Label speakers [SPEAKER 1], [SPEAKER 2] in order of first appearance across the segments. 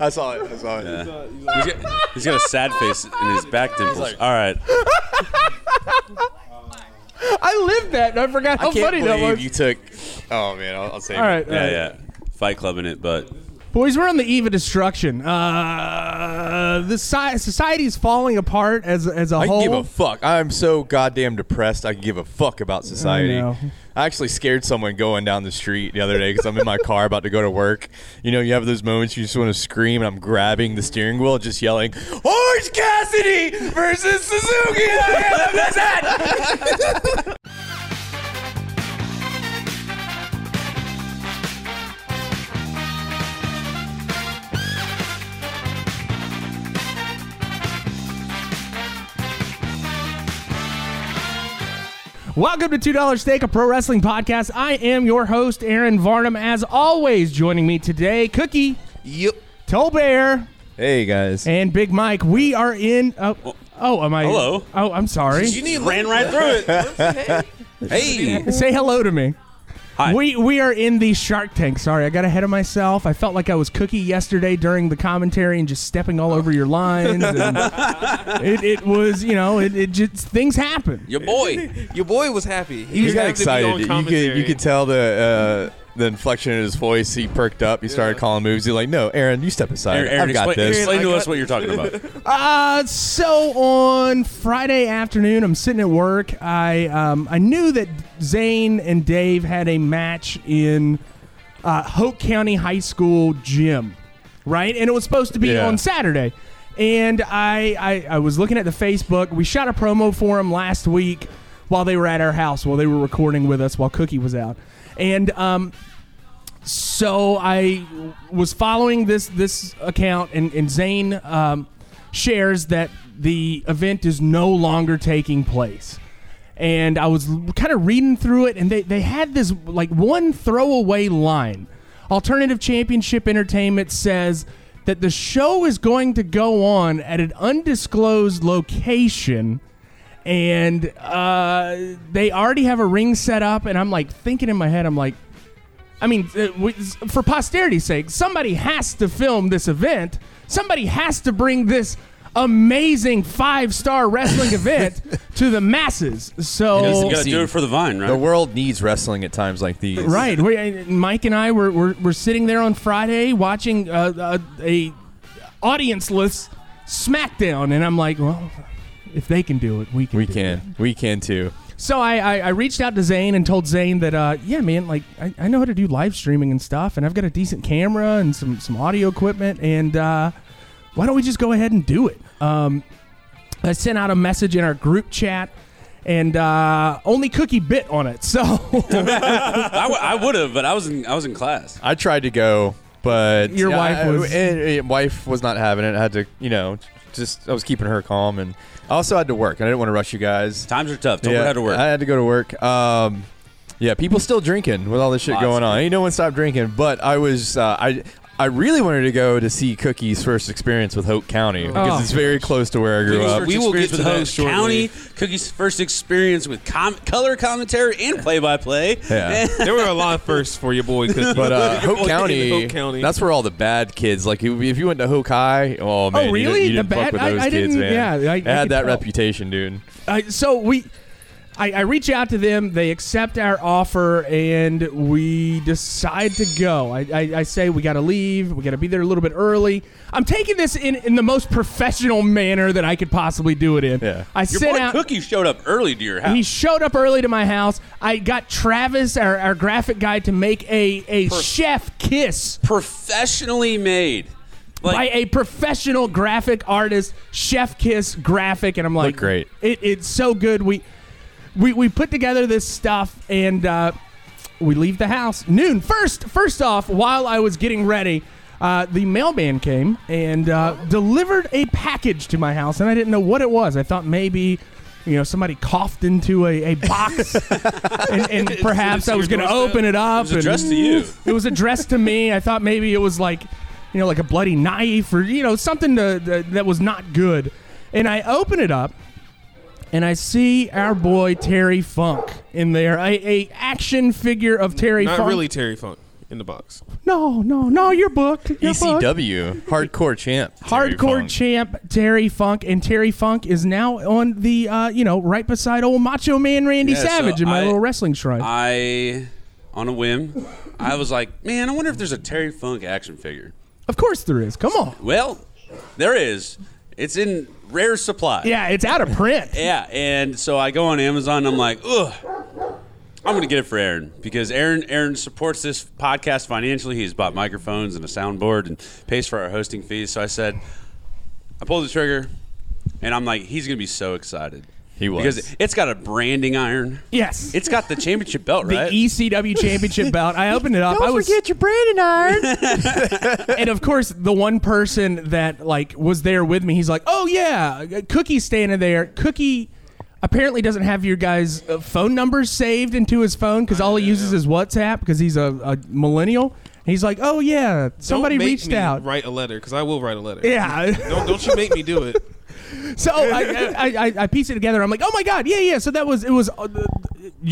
[SPEAKER 1] I saw it. I saw it.
[SPEAKER 2] uh,
[SPEAKER 3] He's got, he's got a sad face in his back dimples.
[SPEAKER 1] like-
[SPEAKER 3] All right.
[SPEAKER 2] I lived that, and I forgot how
[SPEAKER 1] I can't
[SPEAKER 2] funny that
[SPEAKER 1] believe
[SPEAKER 2] was.
[SPEAKER 1] you took. Oh man, I'll, I'll save
[SPEAKER 2] all right, all
[SPEAKER 3] Yeah,
[SPEAKER 2] right.
[SPEAKER 3] yeah. Fight Club in it, but
[SPEAKER 2] Boys, we're on the eve of destruction. Uh, the si- society's falling apart as as a
[SPEAKER 1] I
[SPEAKER 2] whole.
[SPEAKER 1] can give a fuck. I'm so goddamn depressed. I can give a fuck about society.
[SPEAKER 2] I know.
[SPEAKER 1] I, actually scared someone going down the street the other day because I'm in my car about to go to work. You know, you have those moments you just want to scream, and I'm grabbing the steering wheel, just yelling, "Orange Cassidy versus Suzuki!" That's it.
[SPEAKER 2] Welcome to Two Dollar Steak, a pro wrestling podcast. I am your host, Aaron Varnum. As always, joining me today, Cookie,
[SPEAKER 1] Yep.
[SPEAKER 2] Tolbear,
[SPEAKER 1] Hey guys.
[SPEAKER 2] and Big Mike. We are in. Oh, oh, am I?
[SPEAKER 3] Hello.
[SPEAKER 2] Oh, I'm sorry.
[SPEAKER 3] need ran right through it.
[SPEAKER 1] Hey.
[SPEAKER 2] Say hello to me.
[SPEAKER 3] Hi.
[SPEAKER 2] We we are in the Shark Tank. Sorry, I got ahead of myself. I felt like I was Cookie yesterday during the commentary and just stepping all over your lines. and it, it was, you know, it, it just things happen.
[SPEAKER 3] Your boy.
[SPEAKER 4] Your boy was happy. He
[SPEAKER 1] He
[SPEAKER 4] was
[SPEAKER 1] got
[SPEAKER 4] happy to be on
[SPEAKER 1] excited. You could
[SPEAKER 4] commentary.
[SPEAKER 1] you could tell the uh, the inflection in his voice. He perked up. He started calling moves. He's like, "No, Aaron, you step aside.
[SPEAKER 3] Aaron, Aaron,
[SPEAKER 1] I've got
[SPEAKER 3] explain,
[SPEAKER 1] this."
[SPEAKER 3] explain to
[SPEAKER 4] I
[SPEAKER 3] us
[SPEAKER 4] got-
[SPEAKER 3] what you're talking about.
[SPEAKER 2] Uh, so on Friday afternoon, I'm sitting at work. I um, I knew that Zane and Dave had a match in uh, Hope County High School gym, right? And it was supposed to be
[SPEAKER 1] Yeah.
[SPEAKER 2] on Saturday. And I, I I was looking at the Facebook. We shot a promo for them last week while they were at our house while they were recording with us while Cookie was out. And um, so I was following this this account, and, and Zane um, shares that the event is no longer taking place. And I was kind of reading through it, and they, they had this like one throwaway line. Alternative Championship Entertainment says that the show is going to go on at an undisclosed location and uh, they already have a ring set up. And I'm like thinking in my head, I'm like, I mean, uh, we, for posterity's sake, somebody has to film this event. Somebody has to bring this amazing five star wrestling event to the masses.
[SPEAKER 3] You
[SPEAKER 2] So.
[SPEAKER 3] gotta do it for the vine, right?
[SPEAKER 1] The world needs wrestling at times like these.
[SPEAKER 2] Right, we, uh, Mike and I were, were, were sitting there on Friday watching uh, a, a audienceless SmackDown, and I'm like, well, if they can do it, we can.
[SPEAKER 1] We
[SPEAKER 2] do it.
[SPEAKER 1] can. We can too.
[SPEAKER 2] So I, I, I reached out to Zane and told Zane that, uh, yeah, man, like I, I know how to do live streaming and stuff, and I've got a decent camera and some some audio equipment, and uh, why don't we just go ahead and do it? Um, I sent out a message in our group chat, and uh, only Cookie bit on it. So
[SPEAKER 3] I, w- I would have, but I was in I was in class.
[SPEAKER 1] I tried to go, but
[SPEAKER 2] Your
[SPEAKER 1] Yeah,
[SPEAKER 2] wife
[SPEAKER 1] I-
[SPEAKER 2] was-
[SPEAKER 1] and- and wife was not having it. I had to, you know, just I was keeping her calm, and I also had to work. and I didn't want to rush you guys.
[SPEAKER 3] Times are tough. Don't
[SPEAKER 1] yeah,
[SPEAKER 3] yeah, to work.
[SPEAKER 1] I had to go to work. Um, yeah, people still drinking with all this shit
[SPEAKER 3] Lots.
[SPEAKER 1] going on. Ain't no one stopped drinking, but I was uh, I. I really wanted to go to see Cookie's first experience with Hope County because
[SPEAKER 2] Oh.
[SPEAKER 1] it's very close to where I grew
[SPEAKER 3] Cookie's
[SPEAKER 1] up.
[SPEAKER 3] first
[SPEAKER 4] We will
[SPEAKER 3] experience
[SPEAKER 4] get
[SPEAKER 3] with
[SPEAKER 4] to that
[SPEAKER 3] Hope County.
[SPEAKER 4] shortly.
[SPEAKER 3] Cookie's first experience with com- color commentary and play-by-play.
[SPEAKER 1] Yeah.
[SPEAKER 4] there were a lot of firsts for your boy. Cookie.
[SPEAKER 1] But uh,
[SPEAKER 4] Your
[SPEAKER 1] Hope
[SPEAKER 4] boy
[SPEAKER 1] County,
[SPEAKER 4] came to Hope County.
[SPEAKER 1] that's where all the bad kids. Like if if you went to Hoke High, oh man, you
[SPEAKER 2] really?
[SPEAKER 1] didn't, you
[SPEAKER 2] The
[SPEAKER 1] didn't fuck
[SPEAKER 2] bad-
[SPEAKER 1] with
[SPEAKER 2] I-
[SPEAKER 1] those
[SPEAKER 2] I
[SPEAKER 1] kids,
[SPEAKER 2] didn't-
[SPEAKER 1] man.
[SPEAKER 2] yeah, I- I
[SPEAKER 1] They had
[SPEAKER 2] could
[SPEAKER 1] that
[SPEAKER 2] tell.
[SPEAKER 1] reputation, dude.
[SPEAKER 2] I, so we I, I reach out to them they accept our offer and we decide to go i, I, I say we gotta leave we gotta be there a little bit early i'm taking this in, in the most professional manner that i could possibly do it in
[SPEAKER 1] Yeah.
[SPEAKER 2] i
[SPEAKER 3] Your
[SPEAKER 2] sent
[SPEAKER 3] boy
[SPEAKER 2] out
[SPEAKER 3] Cookie showed up early to your house.
[SPEAKER 2] he showed up early to my house i got travis our, our graphic guy to make a, a chef kiss
[SPEAKER 3] professionally made. Like,
[SPEAKER 2] by a professional graphic artist, Chef Kiss graphic, and I'm like,
[SPEAKER 1] Looked great.
[SPEAKER 2] It, it's so good. We we we put together this stuff, and uh, we leave the house noon. First, first off, while I was getting ready. Uh, the mailman came and uh, delivered a package to my house, and I didn't know what it was. I thought maybe, you know, somebody coughed into a, a box, and, and perhaps I was going to open it up.
[SPEAKER 3] it was addressed
[SPEAKER 2] and,
[SPEAKER 3] to you.
[SPEAKER 2] it was addressed to me. I thought maybe it was like, you know, like a bloody knife or you know something to, that- that was not good. And I open it up, and I see our boy Terry Funk in there, a, a action figure of Terry
[SPEAKER 4] not
[SPEAKER 2] Funk.
[SPEAKER 4] really Terry Funk. in the box.
[SPEAKER 2] No, no, no, you're booked. You're
[SPEAKER 3] E
[SPEAKER 2] booked.
[SPEAKER 1] ECW E hardcore champ. Terry
[SPEAKER 2] Hardcore
[SPEAKER 1] Funk.
[SPEAKER 2] champ Terry Funk, and Terry Funk is now on the uh, you know right beside old Macho Man Randy
[SPEAKER 3] Yeah, so
[SPEAKER 2] Savage in my
[SPEAKER 3] I-
[SPEAKER 2] little wrestling shrine.
[SPEAKER 3] I, on a whim, I was like, man, I wonder if there's a Terry Funk action figure.
[SPEAKER 2] of course there is. Come on,
[SPEAKER 3] Well, there is. It's in rare supply.
[SPEAKER 2] yeah, it's out of print.
[SPEAKER 3] Yeah, and so I go on Amazon. and I'm like, ugh, I'm gonna get it for Aaron because Aaron Aaron supports this podcast financially. He's bought microphones and a soundboard and pays for our hosting fees. So I said, I pulled the trigger, and I'm like, he's gonna be so excited.
[SPEAKER 1] He was.
[SPEAKER 3] because it's got a branding iron.
[SPEAKER 2] Yes,
[SPEAKER 3] It's got the championship belt,
[SPEAKER 2] the
[SPEAKER 3] right?
[SPEAKER 2] ECW Championship belt. I opened it up. I was,
[SPEAKER 5] your Brandon iron.
[SPEAKER 2] and of course, the one person that like was there with me, he's like, "Oh yeah, Cookie's standing there." Cookie apparently doesn't have your guys' uh, phone numbers saved into his phone because all he uses is WhatsApp because he's a, a millennial. And he's like, "Oh yeah,
[SPEAKER 4] Don't
[SPEAKER 2] somebody
[SPEAKER 4] make
[SPEAKER 2] reached
[SPEAKER 4] me
[SPEAKER 2] out."
[SPEAKER 4] Write a letter because I will write a letter.
[SPEAKER 2] Yeah.
[SPEAKER 4] Don't don't you make me do it.
[SPEAKER 2] So I, I, I, I piece it together. I'm like, oh my god, yeah, yeah. So that was it was uh,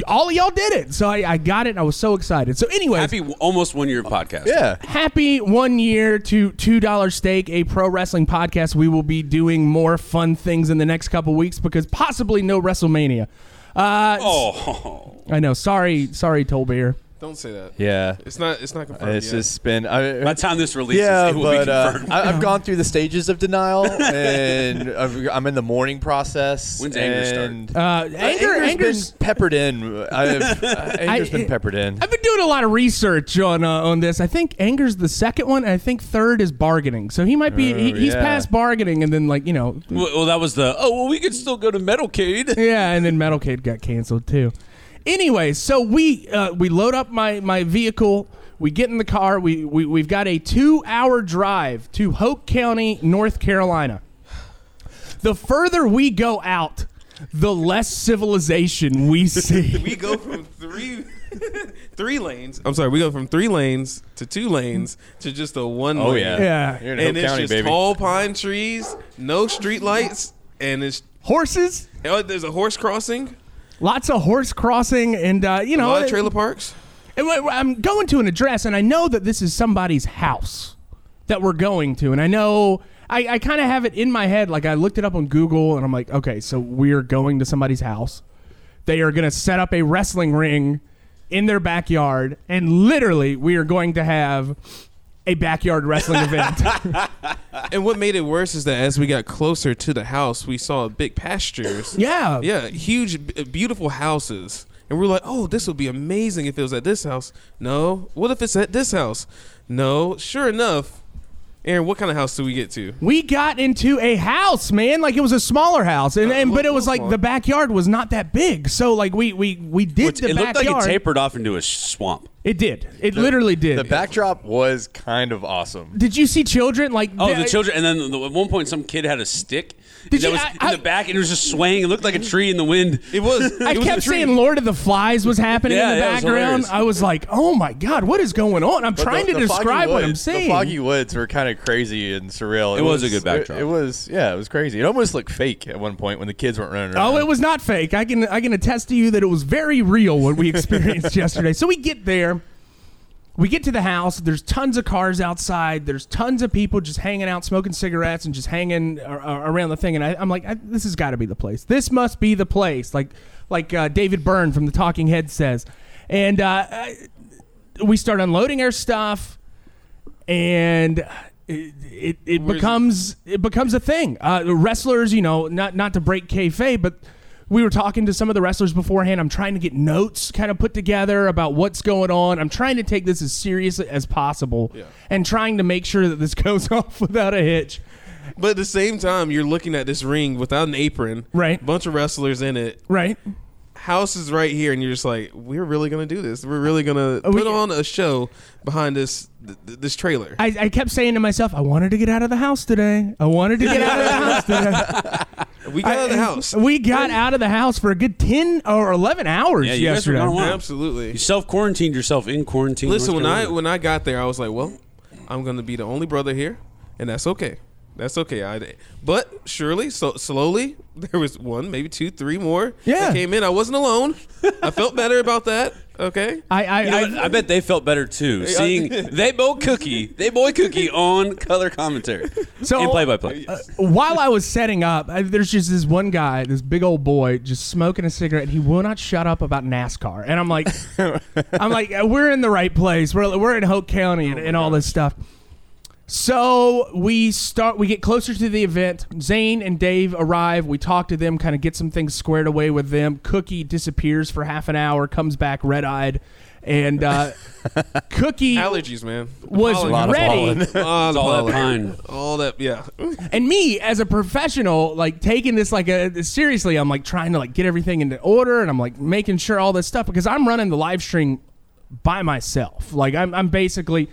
[SPEAKER 2] all of y'all did it. So I, I got it. and I was so excited. So anyway,
[SPEAKER 3] Happy w- almost one year podcast.
[SPEAKER 1] Yeah.
[SPEAKER 2] happy one year to two dollar steak a pro wrestling podcast we will be doing more fun things in the next couple weeks because possibly no wrestlemania uh
[SPEAKER 3] Oh,
[SPEAKER 2] i know sorry sorry tolbeer
[SPEAKER 4] Don't say that.
[SPEAKER 1] Yeah.
[SPEAKER 4] It's not. It's not confirmed.
[SPEAKER 1] It's
[SPEAKER 4] yet.
[SPEAKER 1] just been. I,
[SPEAKER 3] by the time this releases, it will be
[SPEAKER 1] uh,
[SPEAKER 3] confirmed.
[SPEAKER 1] I, I've gone through the stages of denial, and I've, I'm in the mourning process.
[SPEAKER 3] When's anger start?
[SPEAKER 1] and
[SPEAKER 2] uh
[SPEAKER 1] Uh,
[SPEAKER 2] anger
[SPEAKER 1] anger's
[SPEAKER 2] anger's
[SPEAKER 1] been peppered in. I've, uh, anger's
[SPEAKER 2] I-
[SPEAKER 1] been peppered in.
[SPEAKER 2] I've been doing a lot of research on uh, on this. I think anger's the second one, and I think third is bargaining. So he might be
[SPEAKER 1] Oh,
[SPEAKER 2] he, he's
[SPEAKER 1] yeah.
[SPEAKER 2] past bargaining, and then like you know,
[SPEAKER 3] well, well, that was the. Oh, well, we could still go to Metalcade.
[SPEAKER 2] yeah, and then Metalcade got canceled too. Anyway, so we uh, we load up my my vehicle. We get in the car. We, we we've got a two hour drive to Hope County, North Carolina. The further we go out, the less civilization we see.
[SPEAKER 4] we go from three three lanes. I'm sorry, we go from three lanes to two lanes to just a one.
[SPEAKER 1] oh
[SPEAKER 4] lane.
[SPEAKER 1] yeah,
[SPEAKER 2] Yeah.
[SPEAKER 1] You're in
[SPEAKER 4] and
[SPEAKER 1] Hope
[SPEAKER 4] it's
[SPEAKER 1] County,
[SPEAKER 4] just
[SPEAKER 1] baby.
[SPEAKER 4] tall pine trees, no street lights, and it's
[SPEAKER 2] Horses,
[SPEAKER 4] oh, there's a horse crossing,
[SPEAKER 2] lots of horse crossing, and uh, you
[SPEAKER 4] a
[SPEAKER 2] know,
[SPEAKER 4] lot of trailer parks.
[SPEAKER 2] And wait, I'm going to an address, and I know that this is somebody's house that we're going to, and I know I, I kind of have it in my head. Like I looked it up on Google, and I'm like, okay, so we're going to somebody's house. They are going to set up a wrestling ring in their backyard, and literally, we are going to have a backyard wrestling event.
[SPEAKER 4] And what made it worse is that as we got closer to the house, we saw big pastures.
[SPEAKER 2] yeah,
[SPEAKER 4] Yeah, huge, b- beautiful houses. And we're like, oh, this would be amazing if it was at this house. No. What if it's at this house? No. Sure enough, Aaron, what kind of house do we get to?
[SPEAKER 2] We got into a house, man. Like it was a smaller house,
[SPEAKER 3] Uh,
[SPEAKER 2] and, and but it was like the backyard was not that big. So like we we we did
[SPEAKER 3] Which-
[SPEAKER 2] the
[SPEAKER 3] it looked
[SPEAKER 2] backyard.
[SPEAKER 3] like it tapered off into a swamp.
[SPEAKER 2] It did. It literally did.
[SPEAKER 1] the backdrop was kind of awesome.
[SPEAKER 2] Did you see children like?
[SPEAKER 3] Oh,
[SPEAKER 2] th-
[SPEAKER 3] the children, and then the, at one point, some kid had a stick
[SPEAKER 2] Did
[SPEAKER 3] that
[SPEAKER 2] you-
[SPEAKER 3] was
[SPEAKER 2] I-
[SPEAKER 3] in
[SPEAKER 2] I-
[SPEAKER 3] the back, and it was just swaying. It looked like a tree in the wind.
[SPEAKER 4] It was.
[SPEAKER 2] I
[SPEAKER 4] it was a
[SPEAKER 2] kept
[SPEAKER 4] tree.
[SPEAKER 2] saying Lord of the Flies was happening
[SPEAKER 3] Yeah,
[SPEAKER 2] in the
[SPEAKER 3] yeah, it was
[SPEAKER 2] background.
[SPEAKER 3] hilarious.
[SPEAKER 2] I was like, oh my god, what is going on? I'm
[SPEAKER 1] But
[SPEAKER 2] trying
[SPEAKER 1] the-
[SPEAKER 2] to
[SPEAKER 1] the foggy
[SPEAKER 2] describe what
[SPEAKER 1] woods-
[SPEAKER 2] I'm seeing.
[SPEAKER 1] The foggy woods were kind of crazy and surreal.
[SPEAKER 3] It was a good backdrop.
[SPEAKER 1] It, it was, yeah, it was crazy. It almost looked fake at one point when the kids weren't running around.
[SPEAKER 2] Oh, it was not fake. I can I can attest to you that it was very real what we experienced yesterday. So we get there, we get to the house. There's tons of cars outside. There's tons of people just hanging out, smoking cigarettes, and just hanging a- a- around the thing. And I, I'm like, I, this has got to be the place. This must be the place. Like like uh, David Byrne from the Talking Head says. And uh, I- we start unloading our stuff, and. It, it, it
[SPEAKER 4] Where's-
[SPEAKER 2] becomes it becomes a thing. Uh, wrestlers, you know, not not to break kayfabe, but we were talking to some of the wrestlers beforehand. I'm trying to get notes kind of put together about what's going on. I'm trying to take this as seriously as possible
[SPEAKER 4] Yeah.
[SPEAKER 2] and trying to make sure that this goes off without a hitch.
[SPEAKER 4] But at the same time, you're looking at this ring without an apron,
[SPEAKER 2] Right.
[SPEAKER 4] Bunch of wrestlers in it.
[SPEAKER 2] Right?
[SPEAKER 4] House is right here, and you're just like, we're really gonna do this. We're really gonna
[SPEAKER 2] Oh,
[SPEAKER 4] put
[SPEAKER 2] we-
[SPEAKER 4] on a show behind this th- th- this trailer.
[SPEAKER 2] I, I kept saying to myself, I wanted to get out of the house today. I wanted to get out of the house today.
[SPEAKER 4] we got out of the house.
[SPEAKER 2] We got out of the house for a good 10 or 11 hours
[SPEAKER 3] Yeah, you guys were
[SPEAKER 2] yesterday.
[SPEAKER 3] gone a while.
[SPEAKER 4] Absolutely.
[SPEAKER 3] You self quarantined yourself in quarantine.
[SPEAKER 4] Listen,
[SPEAKER 3] North
[SPEAKER 4] when I
[SPEAKER 3] Carolina.
[SPEAKER 4] when I got there, I was like, well, I'm gonna be the only brother here, and that's okay. That's okay. I, but surely, so slowly, there was one, maybe two, three more.
[SPEAKER 2] Yeah.
[SPEAKER 4] that came in. I wasn't alone. I felt better about that.
[SPEAKER 6] Okay.
[SPEAKER 2] I I,
[SPEAKER 3] You know
[SPEAKER 2] I,
[SPEAKER 3] what? I bet they felt better too, seeing they boy cookie, they boy cookie on color commentary
[SPEAKER 2] So-
[SPEAKER 3] and play by play.
[SPEAKER 2] uh, while I was setting up, I, there's just this one guy, this big old boy, just smoking a cigarette, and he will not shut up about NASCAR. And I'm like, I'm like, uh, we're in the right place. We're we're in Hope County and, and all this stuff. So we start. We get closer to the event. Zane and Dave arrive. We talk to them, kind of get some things squared away with them. Cookie disappears for half an hour, comes back red eyed, and uh, Cookie
[SPEAKER 6] Allergies, man.
[SPEAKER 2] was
[SPEAKER 6] Pollen.
[SPEAKER 7] lot of
[SPEAKER 2] ready.
[SPEAKER 7] pollen.
[SPEAKER 6] All,
[SPEAKER 3] It's
[SPEAKER 6] the
[SPEAKER 3] all that
[SPEAKER 6] pollen.
[SPEAKER 3] pine.
[SPEAKER 6] All that. Yeah.
[SPEAKER 2] and me as a professional like taking this like a, seriously i'm like trying to like get everything into order and i'm like making sure all this stuff because i'm running the live stream by myself like i'm, I'm basically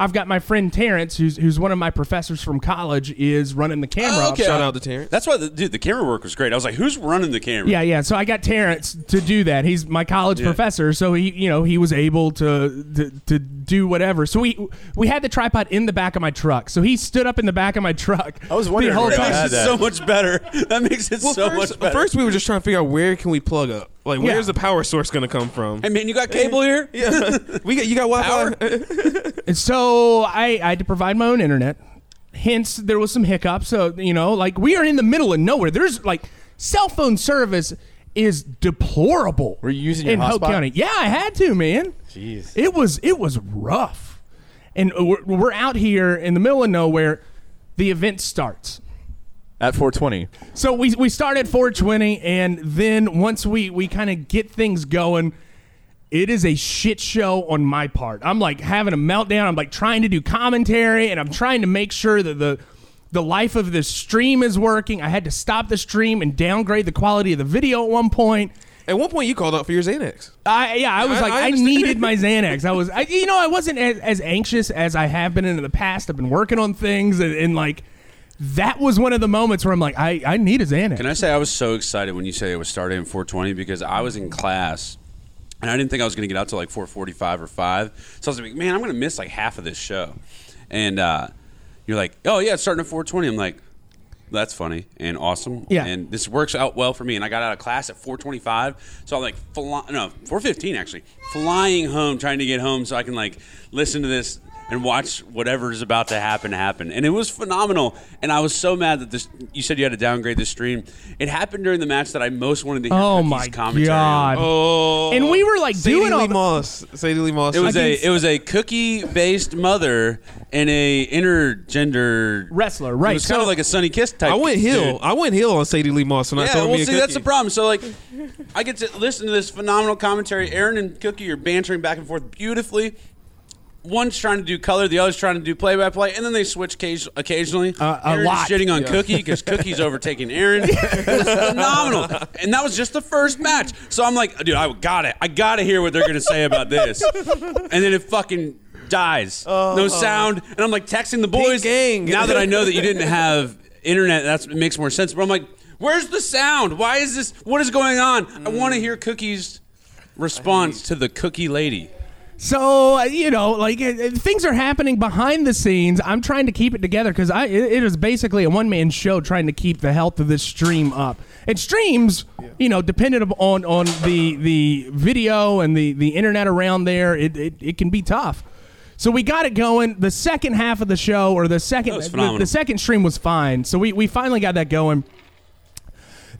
[SPEAKER 2] i've got my friend terrence who's, who's one of my professors from college is running the camera
[SPEAKER 3] Oh, okay.
[SPEAKER 6] Shout out to Terrence.
[SPEAKER 3] That's why, the, dude, the camera work was great. I was like, who's running the camera?
[SPEAKER 2] Yeah, yeah. So I got Terrence to do that. He's my college professor, so he, you know, he was able to, to to do whatever. So we we had the tripod in the back of my truck. So he stood up in the back of my truck.
[SPEAKER 7] I was wondering
[SPEAKER 2] the whole
[SPEAKER 7] where I
[SPEAKER 2] time.
[SPEAKER 7] had
[SPEAKER 3] That
[SPEAKER 7] Yeah,
[SPEAKER 3] makes
[SPEAKER 7] that-
[SPEAKER 3] it so much better. That makes it so
[SPEAKER 6] first,
[SPEAKER 3] much better.
[SPEAKER 6] first we were just trying to figure out where can we plug up. Like,
[SPEAKER 2] Yeah.
[SPEAKER 6] where's the power source going to come from?
[SPEAKER 3] hey man, you got cable here?
[SPEAKER 6] yeah. we got you got Wi-Fi.
[SPEAKER 2] And so I, I had to provide my own internet. Hence, there was some hiccups. So you know, like we are in the middle of nowhere. There's like cell phone service is deplorable.
[SPEAKER 7] Were you using your
[SPEAKER 2] in Hope
[SPEAKER 7] hotspot?
[SPEAKER 2] County? Yeah, I had to, man.
[SPEAKER 7] Jeez.
[SPEAKER 2] it was it was rough. And we're, we're out here in the middle of nowhere. The event starts.
[SPEAKER 7] At 420.
[SPEAKER 2] So we we start at 420, and then once we we kind of get things going, it is a shit show on my part. I'm like having a meltdown. I'm like trying to do commentary, and I'm trying to make sure that the the life of the stream is working. I had to stop the stream and downgrade the quality of the video at one point.
[SPEAKER 6] At one point, you called out for your Xanax.
[SPEAKER 2] I yeah, I was
[SPEAKER 6] I-
[SPEAKER 2] like,
[SPEAKER 6] I
[SPEAKER 2] I,
[SPEAKER 6] understand.
[SPEAKER 2] needed my Xanax. I was, I, you know, I wasn't as, as anxious as I have been in the past. I've been working on things, and, and like that was one of the moments where I'm like, I, I need a Xanax.
[SPEAKER 3] Can I say I was so excited when you said it was starting at 4:20 because I was in class and I didn't think I was going to get out till like 4:45 or 5. So I was like, man, I'm going to miss like half of this show. And uh, you're like, oh yeah, it's starting at 4:20. I'm like, that's funny and awesome.
[SPEAKER 2] Yeah.
[SPEAKER 3] And this works out well for me. And I got out of class at 4:25, so I'm like, fly- no, 4:15 actually, flying home, trying to get home so I can like listen to this and watch whatever is about to happen happen. And it was phenomenal. And I was so mad that this. You said you had to downgrade the stream. It happened during the match that I most wanted to hear.
[SPEAKER 2] Oh
[SPEAKER 3] Cookie's
[SPEAKER 2] my
[SPEAKER 3] commentary
[SPEAKER 2] god!
[SPEAKER 3] On.
[SPEAKER 6] Oh.
[SPEAKER 2] And we were like
[SPEAKER 6] Sadie
[SPEAKER 2] doing all
[SPEAKER 6] Lee
[SPEAKER 2] the-
[SPEAKER 6] Moss. Sadie Lee Moss.
[SPEAKER 3] It was
[SPEAKER 2] I
[SPEAKER 3] a
[SPEAKER 2] can-
[SPEAKER 3] it was a cookie based mother and a intergender
[SPEAKER 2] Wrestler, right,
[SPEAKER 3] It was kind
[SPEAKER 2] so-
[SPEAKER 3] of like a sunny kiss type.
[SPEAKER 6] I went
[SPEAKER 3] dude.
[SPEAKER 6] heel. I went heel on Sadie Lee Moss when I
[SPEAKER 3] Yeah,
[SPEAKER 6] told
[SPEAKER 3] well,
[SPEAKER 6] me. a
[SPEAKER 3] see, that's
[SPEAKER 6] cookie.
[SPEAKER 3] the problem. So, like, I get to listen to this phenomenal commentary. Aaron and Cookie are bantering back and forth beautifully. One's trying to do color, the other's trying to do play by play, and then they switch case- occasionally.
[SPEAKER 2] Uh, a
[SPEAKER 3] Aaron's
[SPEAKER 2] lot.
[SPEAKER 3] shitting on Cookie because Cookie's overtaking Aaron. it was phenomenal, and that was just the first match. So I'm like, dude, I got it. I got to hear what they're gonna say about this, and then it fucking dies.
[SPEAKER 2] Oh.
[SPEAKER 3] no sound, and I'm like texting the boys.
[SPEAKER 6] gang.
[SPEAKER 3] Now that I know that you didn't have internet, that's it makes more sense. But I'm like, where's the sound? Why is this? What is going on? I want to hear Cookie's response to the cookie lady.
[SPEAKER 2] So uh, you know, like it, it- things are happening behind the scenes. I'm trying to keep it together because I it, it is basically a one man show trying to keep the health of this stream up. And streams, you know, dependent on on the the video and the the internet around there, it it, it can be tough. So we got it going. The second half of the show, or the second,
[SPEAKER 3] That was
[SPEAKER 2] the,
[SPEAKER 3] phenomenal.
[SPEAKER 2] the second stream was fine. So we, we finally got that going.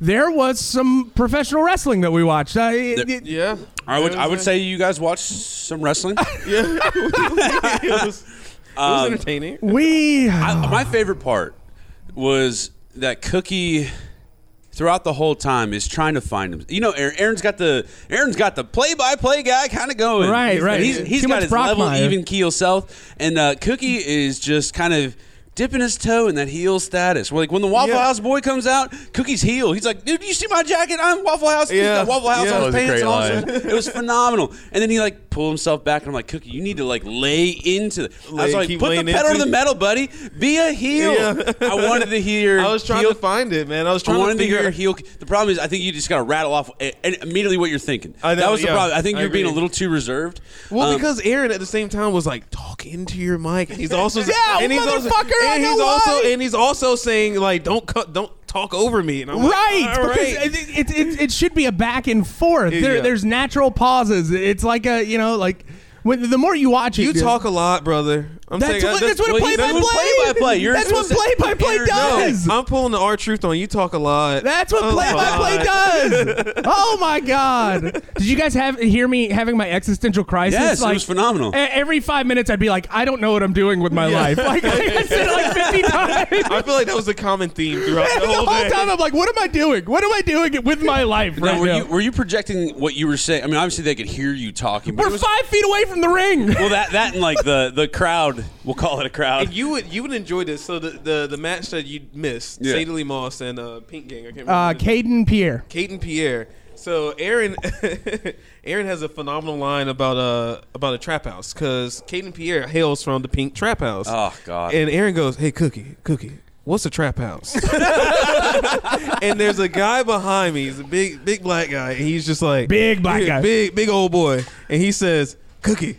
[SPEAKER 2] There was some professional wrestling that we watched. I, it-
[SPEAKER 6] Yeah.
[SPEAKER 3] I would,
[SPEAKER 6] It
[SPEAKER 3] I would
[SPEAKER 6] was,
[SPEAKER 3] say you guys watch some wrestling.
[SPEAKER 6] uh, it was, it
[SPEAKER 4] Um,
[SPEAKER 6] was entertaining.
[SPEAKER 2] we
[SPEAKER 3] I, my favorite part was that Cookie, throughout the whole time, is trying to find him. You know, Aaron, Aaron's got the Aaron's got the play-by-play guy kind of going.
[SPEAKER 2] Right,
[SPEAKER 3] He's-
[SPEAKER 2] right.
[SPEAKER 3] He's, he's
[SPEAKER 2] Too
[SPEAKER 3] got
[SPEAKER 2] much
[SPEAKER 3] his
[SPEAKER 2] Brock
[SPEAKER 3] level
[SPEAKER 2] Meyer.
[SPEAKER 3] even keel self, and uh, Cookie is just kind of. Dipping his toe in that heel status. Where like when the Waffle
[SPEAKER 6] Yeah.
[SPEAKER 3] House boy comes out, Cookie's heel. He's like, dude, do you see my jacket? I'm Waffle House. He's
[SPEAKER 6] Yeah.
[SPEAKER 3] got Waffle House
[SPEAKER 6] Yeah.
[SPEAKER 3] on
[SPEAKER 7] That
[SPEAKER 3] his
[SPEAKER 7] was a
[SPEAKER 3] pants.
[SPEAKER 7] great
[SPEAKER 3] and all this-
[SPEAKER 7] line.
[SPEAKER 3] it was phenomenal. And then he like pulled himself back, and I'm like, Cookie, you need to like lay into. It. I was
[SPEAKER 6] Lay-
[SPEAKER 3] like,
[SPEAKER 6] keep
[SPEAKER 3] put the
[SPEAKER 6] laying
[SPEAKER 3] pedal to
[SPEAKER 6] into
[SPEAKER 3] the
[SPEAKER 6] it.
[SPEAKER 3] metal, buddy. Be a heel.
[SPEAKER 6] Yeah.
[SPEAKER 3] I wanted to hear.
[SPEAKER 6] I was trying
[SPEAKER 3] heel-
[SPEAKER 6] to find it, man. I was
[SPEAKER 3] I
[SPEAKER 6] trying
[SPEAKER 3] wanted
[SPEAKER 6] to
[SPEAKER 3] to hear
[SPEAKER 6] figure.
[SPEAKER 3] heel. The problem is, I think you just got to rattle off a- and immediately what you're thinking.
[SPEAKER 6] I know,
[SPEAKER 3] that was the
[SPEAKER 6] yeah.
[SPEAKER 3] problem. I think
[SPEAKER 6] I
[SPEAKER 3] you're being a
[SPEAKER 6] agree.
[SPEAKER 3] little too reserved.
[SPEAKER 6] Well,
[SPEAKER 3] Um,
[SPEAKER 6] because Aaron at the same time was like, "Talk into your mic," and he's also
[SPEAKER 2] Yeah,
[SPEAKER 6] and he's also,
[SPEAKER 2] motherfucker, I
[SPEAKER 6] and
[SPEAKER 2] know
[SPEAKER 6] he's
[SPEAKER 2] why.
[SPEAKER 6] also and he's also saying like, "Don't cut, don't
[SPEAKER 4] talk over me. And I'm like,
[SPEAKER 2] Right,
[SPEAKER 4] "All
[SPEAKER 2] because
[SPEAKER 4] right."
[SPEAKER 2] It, it, it, it should be a back and forth. There,
[SPEAKER 4] Yeah.
[SPEAKER 2] There's natural pauses. It's like a you know like when the more you watch it,
[SPEAKER 4] You talk a lot, brother. I'm
[SPEAKER 2] That's
[SPEAKER 4] saying uh,
[SPEAKER 2] what, that's what
[SPEAKER 3] well,
[SPEAKER 2] play
[SPEAKER 3] you-
[SPEAKER 2] by
[SPEAKER 3] that's what
[SPEAKER 2] play.
[SPEAKER 3] play-by-play- you're
[SPEAKER 2] That's what
[SPEAKER 3] supposed
[SPEAKER 2] play
[SPEAKER 3] to-
[SPEAKER 2] by play
[SPEAKER 3] you're- no,
[SPEAKER 2] does.
[SPEAKER 4] I'm pulling the R truth on you. Talk a lot.
[SPEAKER 2] That's what
[SPEAKER 4] Oh,
[SPEAKER 2] play by play
[SPEAKER 4] God.
[SPEAKER 2] does. Oh my god! Did you guys have hear me having my existential crisis?
[SPEAKER 3] Yes, it
[SPEAKER 2] like,
[SPEAKER 3] was phenomenal.
[SPEAKER 2] e- Every five minutes, I'd be like, I don't know what I'm doing with my life. Like I said, it like 50 times.
[SPEAKER 4] I feel like that was the common theme throughout
[SPEAKER 2] And
[SPEAKER 4] the whole day.
[SPEAKER 2] time, I'm like, what am I doing? What am I doing with my life
[SPEAKER 3] Now,
[SPEAKER 2] right
[SPEAKER 3] were,
[SPEAKER 2] now?
[SPEAKER 3] you, were you projecting what you were saying? I mean, obviously they could hear you talking. But
[SPEAKER 2] We're
[SPEAKER 3] it was,
[SPEAKER 2] five feet away from the ring.
[SPEAKER 3] well, that that and like the the crowd. We'll call it a crowd.
[SPEAKER 4] And you would you would enjoy this. So the the, the match that you missed,
[SPEAKER 3] Yeah.
[SPEAKER 4] Sadie Lee Moss and uh, Pink Gang. I can't remember.
[SPEAKER 2] Uh, Caden Pierre.
[SPEAKER 4] Kate and Pierre. So Aaron, Aaron has a phenomenal line about a about a trap house because Kate and Pierre hails from the Pink Trap House.
[SPEAKER 3] Oh, God.
[SPEAKER 4] And Aaron goes, "Hey, Cookie, Cookie, what's a trap house?" and there's a guy behind me. He's a big big black guy, and he's just like
[SPEAKER 2] Big black
[SPEAKER 4] big,
[SPEAKER 2] guy.
[SPEAKER 4] big big old boy, and he says, "Cookie."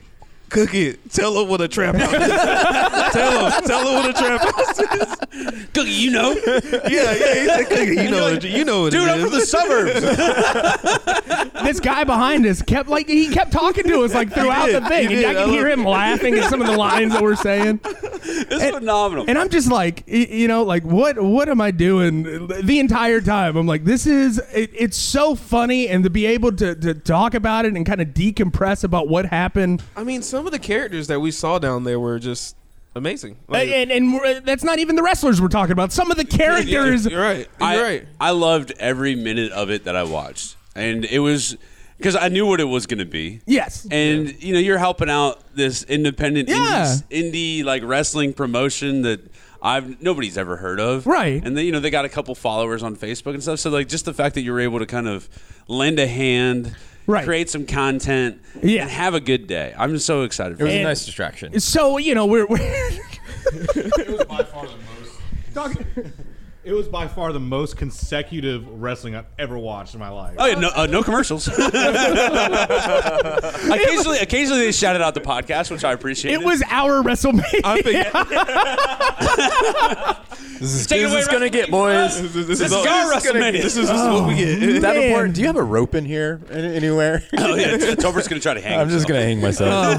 [SPEAKER 4] Cookie, tell him what a trap house is. tell him, tell him what a trap house is.
[SPEAKER 3] Cookie, you know, dude,
[SPEAKER 4] Yeah, yeah. He said, Cookie, you know, what- you know what it is.
[SPEAKER 3] I'm from the suburbs.
[SPEAKER 2] This guy behind us kept like he kept talking to us like throughout
[SPEAKER 4] did.
[SPEAKER 2] the thing,
[SPEAKER 4] He
[SPEAKER 2] and I
[SPEAKER 4] did.
[SPEAKER 2] could
[SPEAKER 4] I
[SPEAKER 2] hear
[SPEAKER 4] love-
[SPEAKER 2] him laughing at some of the lines that we're saying.
[SPEAKER 3] It's phenomenal.
[SPEAKER 2] And I'm just like, y- you know, like what what am I doing the entire time? I'm like, this is it, it's so funny, and to be able to, to talk about it and kind of decompress about what happened,
[SPEAKER 4] I mean, some of the characters that we saw down there were just amazing. Like,
[SPEAKER 2] and and we're- that's not even the wrestlers we're talking about. Some of the characters,
[SPEAKER 4] you're right. You're
[SPEAKER 3] I,
[SPEAKER 4] right.
[SPEAKER 3] I loved every minute of it that I watched, and it was because I knew what it was going to be.
[SPEAKER 2] yes,
[SPEAKER 3] And you know, you're helping out this independent
[SPEAKER 2] Yeah.
[SPEAKER 3] indie, indie like wrestling promotion that I've nobody's ever heard of,
[SPEAKER 2] Right.
[SPEAKER 3] And they, you know, they got a couple followers on Facebook and stuff. So like, just the fact that you were able to kind of lend a hand.
[SPEAKER 2] Right.
[SPEAKER 3] Create some content
[SPEAKER 2] Yeah.
[SPEAKER 3] and have a good day. I'm just so excited for
[SPEAKER 1] It was
[SPEAKER 3] it.
[SPEAKER 1] a nice distraction.
[SPEAKER 2] so you know we're, we're
[SPEAKER 8] It was by far the most. It was by far the most consecutive wrestling I've ever watched in my life.
[SPEAKER 3] Oh yeah, no, uh, no commercials. occasionally, occasionally they shouted out the podcast, which I appreciate.
[SPEAKER 2] it was our WrestleMania.
[SPEAKER 4] I think
[SPEAKER 1] This is
[SPEAKER 3] Take it
[SPEAKER 1] this
[SPEAKER 3] away,
[SPEAKER 1] is gonna
[SPEAKER 3] Rusty.
[SPEAKER 1] get boys.
[SPEAKER 4] this is, this
[SPEAKER 3] This is
[SPEAKER 4] is,
[SPEAKER 3] our
[SPEAKER 4] this is gonna-
[SPEAKER 3] WrestleMania.
[SPEAKER 4] This is, this is what we get.
[SPEAKER 1] Davenport,
[SPEAKER 2] oh, Man.
[SPEAKER 1] do you have a rope in here Any- anywhere?
[SPEAKER 3] oh yeah, Topper's gonna try to hang.
[SPEAKER 1] I'm just gonna hang myself.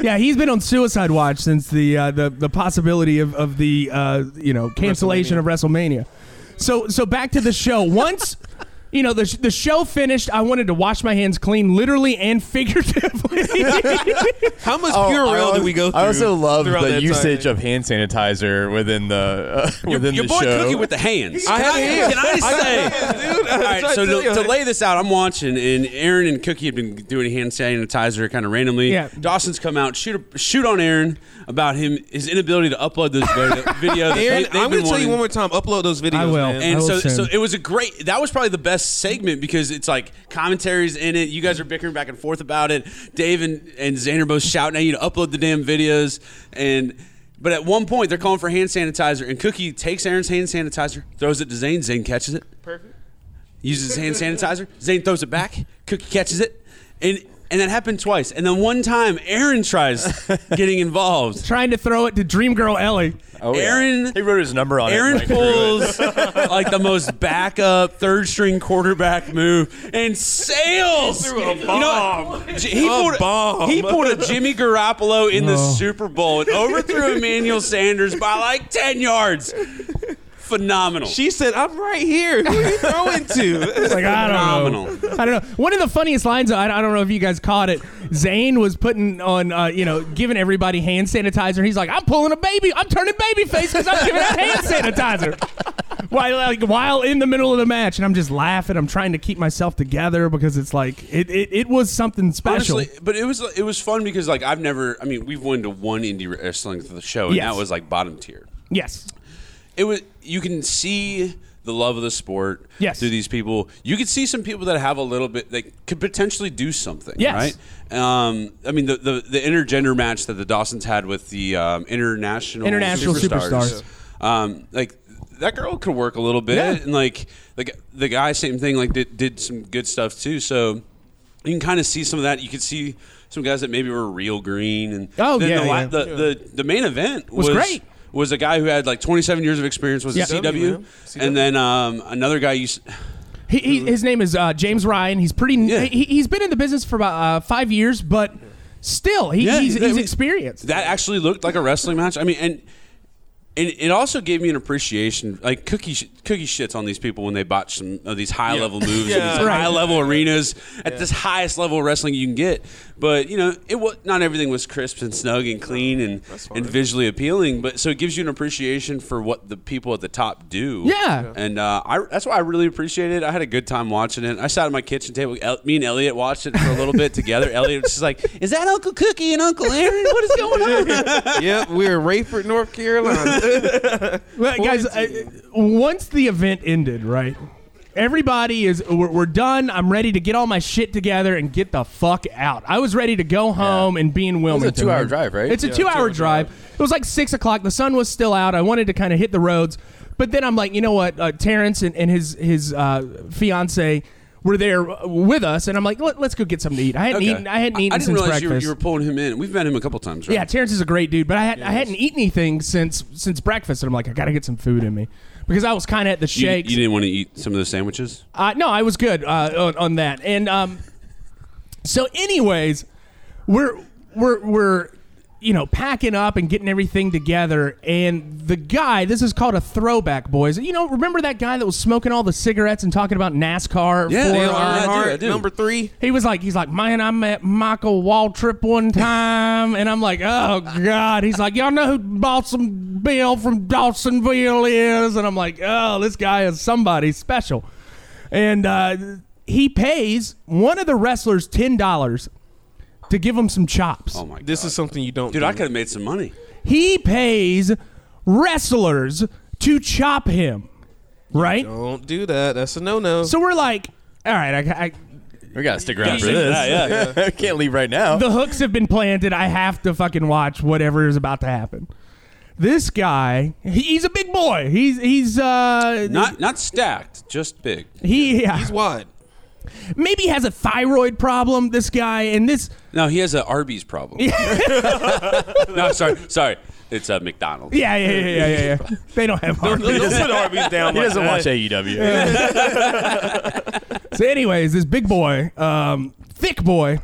[SPEAKER 2] Yeah, he's been on suicide watch since the uh, the the possibility of of the uh, you know cancellation of WrestleMania. So so back to the show. Once you know the sh- the show finished, I wanted to wash my hands clean, literally and figuratively.
[SPEAKER 4] How much
[SPEAKER 1] Oh,
[SPEAKER 4] Purell
[SPEAKER 1] I
[SPEAKER 4] did
[SPEAKER 1] also-
[SPEAKER 4] we go through?
[SPEAKER 1] I also love
[SPEAKER 4] throughout
[SPEAKER 1] the
[SPEAKER 4] that
[SPEAKER 1] usage
[SPEAKER 4] time?
[SPEAKER 1] of hand sanitizer within the uh, within
[SPEAKER 3] Your
[SPEAKER 1] the
[SPEAKER 3] boy
[SPEAKER 1] show.
[SPEAKER 3] Cookie with the hands.
[SPEAKER 4] I
[SPEAKER 3] can,
[SPEAKER 4] have hands.
[SPEAKER 3] can I
[SPEAKER 4] I got
[SPEAKER 3] say,
[SPEAKER 4] hands, dude. I
[SPEAKER 3] All right,
[SPEAKER 4] tried
[SPEAKER 3] so
[SPEAKER 4] to
[SPEAKER 3] to,
[SPEAKER 4] tell you.
[SPEAKER 3] to lay this out, I'm watching, and Aaron and Cookie have been doing hand sanitizer kind of randomly.
[SPEAKER 2] Yeah.
[SPEAKER 3] Dawson's come out, shoot a, shoot on Aaron about him his inability to upload this video. video that
[SPEAKER 4] Aaron,
[SPEAKER 3] they,
[SPEAKER 4] I'm
[SPEAKER 3] going to
[SPEAKER 4] tell you one more time. Upload those videos.
[SPEAKER 2] I will.
[SPEAKER 4] Man.
[SPEAKER 2] I
[SPEAKER 3] And so,
[SPEAKER 2] soon.
[SPEAKER 3] so it was a great. That was probably the best segment because it's like commentaries in it. You guys are bickering back and forth about it. Dave and and Zane are both shouting at you to upload the damn videos. And but at one point they're calling for hand sanitizer, and Cookie takes Aaron's hand sanitizer, throws it to Zane. Zane catches it,
[SPEAKER 4] Perfect.
[SPEAKER 3] uses his hand sanitizer. Zane throws it back. Cookie catches it, and and that happened twice. And then one time Aaron tries getting involved.
[SPEAKER 2] Trying to throw it to Dream Girl Ellie.
[SPEAKER 1] Oh, yeah.
[SPEAKER 3] Aaron-
[SPEAKER 1] He wrote his number on
[SPEAKER 3] Aaron
[SPEAKER 1] it. and, like, threw it.
[SPEAKER 3] pulls like the most backup third string quarterback move and sails.
[SPEAKER 4] He threw a
[SPEAKER 3] You know what? J- he,
[SPEAKER 4] A
[SPEAKER 3] pulled,
[SPEAKER 4] bomb.
[SPEAKER 3] he pulled a Jimmy Garoppolo in the
[SPEAKER 2] Oh.
[SPEAKER 3] Super Bowl and overthrew Emmanuel Sanders by like 10 yards. Phenomenal.
[SPEAKER 4] She said, "I'm right here. Who are you throwing to?"
[SPEAKER 2] Like I don't know.
[SPEAKER 3] Phenomenal.
[SPEAKER 2] I don't know. One of the funniest lines. I I don't know if you guys caught it. Zane was putting on, uh, you know, giving everybody hand sanitizer. He's like, I'm pulling a baby. I'm turning baby face because I'm giving out hand sanitizer. While like while in the middle of the match, and I'm just laughing. I'm trying to keep myself together because it's like it it, it was something special.
[SPEAKER 3] Honestly, but it was it was fun because like I've never I mean we've won to one indie wrestling for the show and
[SPEAKER 2] Yes.
[SPEAKER 3] that was like bottom tier.
[SPEAKER 2] yes.
[SPEAKER 3] it was you can see the love of the sport
[SPEAKER 2] Yes.
[SPEAKER 3] through these people. You could see some people that have a little bit that could potentially do something.
[SPEAKER 2] Yes.
[SPEAKER 3] Right. Um, I mean the, the the intergender match that the Dawsons had with the um, international
[SPEAKER 2] International
[SPEAKER 3] superstars.
[SPEAKER 2] superstars.
[SPEAKER 3] Um, like that girl could work a little bit,
[SPEAKER 2] Yeah.
[SPEAKER 3] and like the g- the guy, same thing. Like did, did some good stuff too. So. You can kind of see some of that. You could see some guys that maybe were real green, and
[SPEAKER 2] Oh,
[SPEAKER 3] then
[SPEAKER 2] yeah,
[SPEAKER 3] the, la-
[SPEAKER 2] yeah.
[SPEAKER 3] The, the the main event
[SPEAKER 2] Was great.
[SPEAKER 3] was a guy who had like 27 years of experience. Was
[SPEAKER 2] Yeah.
[SPEAKER 3] at CW,
[SPEAKER 6] man.
[SPEAKER 3] and then um, another guy used.
[SPEAKER 2] He, he, his name is uh, James Ryan. He's pretty.
[SPEAKER 3] Yeah.
[SPEAKER 2] He, he's been in the business for about uh, five years, but still, he,
[SPEAKER 3] Yeah,
[SPEAKER 2] he's,
[SPEAKER 3] that-
[SPEAKER 2] he's experienced.
[SPEAKER 3] That actually looked like a wrestling match. I mean, and and it also gave me an appreciation. Like cookie sh- cookie shits on these people when they botch some of these high level moves, in
[SPEAKER 6] Yeah.
[SPEAKER 3] these
[SPEAKER 2] Right.
[SPEAKER 3] high level arenas at this highest level of wrestling you can get. But you know, it was not everything was crisp and snug and clean and and visually appealing. But so it gives you an appreciation for what the people at the top do.
[SPEAKER 2] Yeah. Yeah.
[SPEAKER 3] and uh, I that's why I really appreciated. it. I had a good time watching it. I sat at my kitchen table. El- me and Elliot watched it for a little bit together. Elliot was just like, "Is that Uncle Cookie and Uncle Aaron? What is going on?"
[SPEAKER 6] yep, we're in Rayford, North Carolina.
[SPEAKER 2] Well, guys, I, once the event ended, right? Everybody is we're, we're done. I'm ready to get all my shit together and get the fuck out. I was ready to go home and be in Wilmington.
[SPEAKER 7] two-hour
[SPEAKER 2] right?
[SPEAKER 7] drive, right?
[SPEAKER 2] It's a two-hour drive. It was like six o'clock. The sun was still out. I wanted to kind of hit the roads, but then I'm like, you know what? Uh, Terrence and, and his his uh, fiance were there uh, with us, and I'm like, Let, us go get something to eat. I hadn't eaten. I hadn't eaten
[SPEAKER 3] didn't
[SPEAKER 2] since
[SPEAKER 3] realize
[SPEAKER 2] breakfast.
[SPEAKER 3] You, were, you were pulling him in. We've met him a couple times, right?
[SPEAKER 2] Yeah, Terrence is a great dude, but I, had, I hadn't eaten anything since since breakfast, and I'm like, I gotta get some food in me because I was kind of at the
[SPEAKER 3] You,
[SPEAKER 2] shakes.
[SPEAKER 3] you didn't want to eat some of those sandwiches.
[SPEAKER 2] Uh, no, I was good uh, on, on that, and um, so anyways, we're we're we're you know packing up and getting everything together, and the guy, this is called a throwback, boys. You know, remember that guy that was smoking all the cigarettes and talking about NASCAR?
[SPEAKER 3] Yeah,
[SPEAKER 2] for
[SPEAKER 3] Dale
[SPEAKER 2] our-
[SPEAKER 3] Earnhardt. I do, I
[SPEAKER 6] Earnhardt,
[SPEAKER 3] do.
[SPEAKER 6] number three.
[SPEAKER 2] he was like, he's like, man, I met Michael Waltrip one time, and I'm like, oh god. He's like, y'all know who Balsam Bill from Dawsonville is, and I'm like, oh, this guy is somebody special, and uh, he pays one of the wrestlers ten dollars to give him some chops.
[SPEAKER 3] Oh my god,
[SPEAKER 6] This is something you don't.
[SPEAKER 3] dude!
[SPEAKER 6] do.
[SPEAKER 3] I could have made some money.
[SPEAKER 2] He pays wrestlers to chop him, right?
[SPEAKER 6] Don't do that. That's a no-no.
[SPEAKER 2] So we're like, all right, I, I,
[SPEAKER 7] We gotta stick around for
[SPEAKER 3] Yeah,
[SPEAKER 7] this.
[SPEAKER 3] yeah,
[SPEAKER 7] can't leave right now.
[SPEAKER 2] the hooks have been planted. I have to fucking watch whatever is about to happen. This guy, he- he's a big boy. He's he's uh
[SPEAKER 3] Not not stacked, just big.
[SPEAKER 2] he yeah.
[SPEAKER 6] Wide.
[SPEAKER 2] maybe has a thyroid problem. This guy and this
[SPEAKER 3] No, he has a Arby's problem. no, sorry, sorry. It's a McDonald's.
[SPEAKER 2] yeah yeah yeah yeah yeah. yeah. they don't have heart.
[SPEAKER 6] Don't put Arby's down.
[SPEAKER 7] he
[SPEAKER 6] like
[SPEAKER 7] doesn't
[SPEAKER 6] that.
[SPEAKER 7] watch E AEW.
[SPEAKER 2] So, anyways, this big boy, um, thick boy,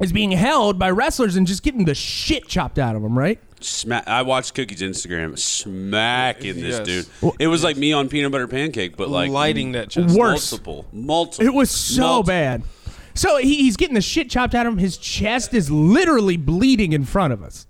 [SPEAKER 2] is being held by wrestlers and just getting the shit chopped out of him. Right?
[SPEAKER 3] Smack. I watched Cookie's Instagram. Smacking this
[SPEAKER 6] Yes.
[SPEAKER 3] dude. It was like me on peanut butter pancake, but like
[SPEAKER 6] lighting that chest.
[SPEAKER 2] Worse.
[SPEAKER 3] multiple, multiple.
[SPEAKER 2] It was so
[SPEAKER 3] multiple.
[SPEAKER 2] bad. So he, he's getting the shit chopped out of him. His chest is literally bleeding in front of us.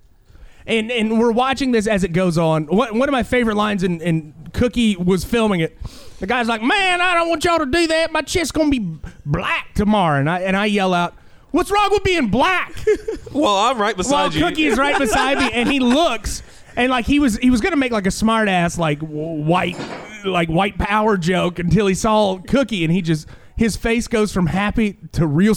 [SPEAKER 2] And, and we're watching this as it goes on. One, one of my favorite lines in, in Cookie was filming it. The guy's like, Man, I don't want y'all to do that. My chest's going to be black tomorrow. And I, and I yell out, What's wrong with being black?
[SPEAKER 6] Well, I'm right
[SPEAKER 2] While
[SPEAKER 6] beside you.
[SPEAKER 2] Cookie is right beside me, and he looks and like he was he was gonna make like a smart ass like w- white like white power joke until he saw Cookie, and he just his face goes from happy to real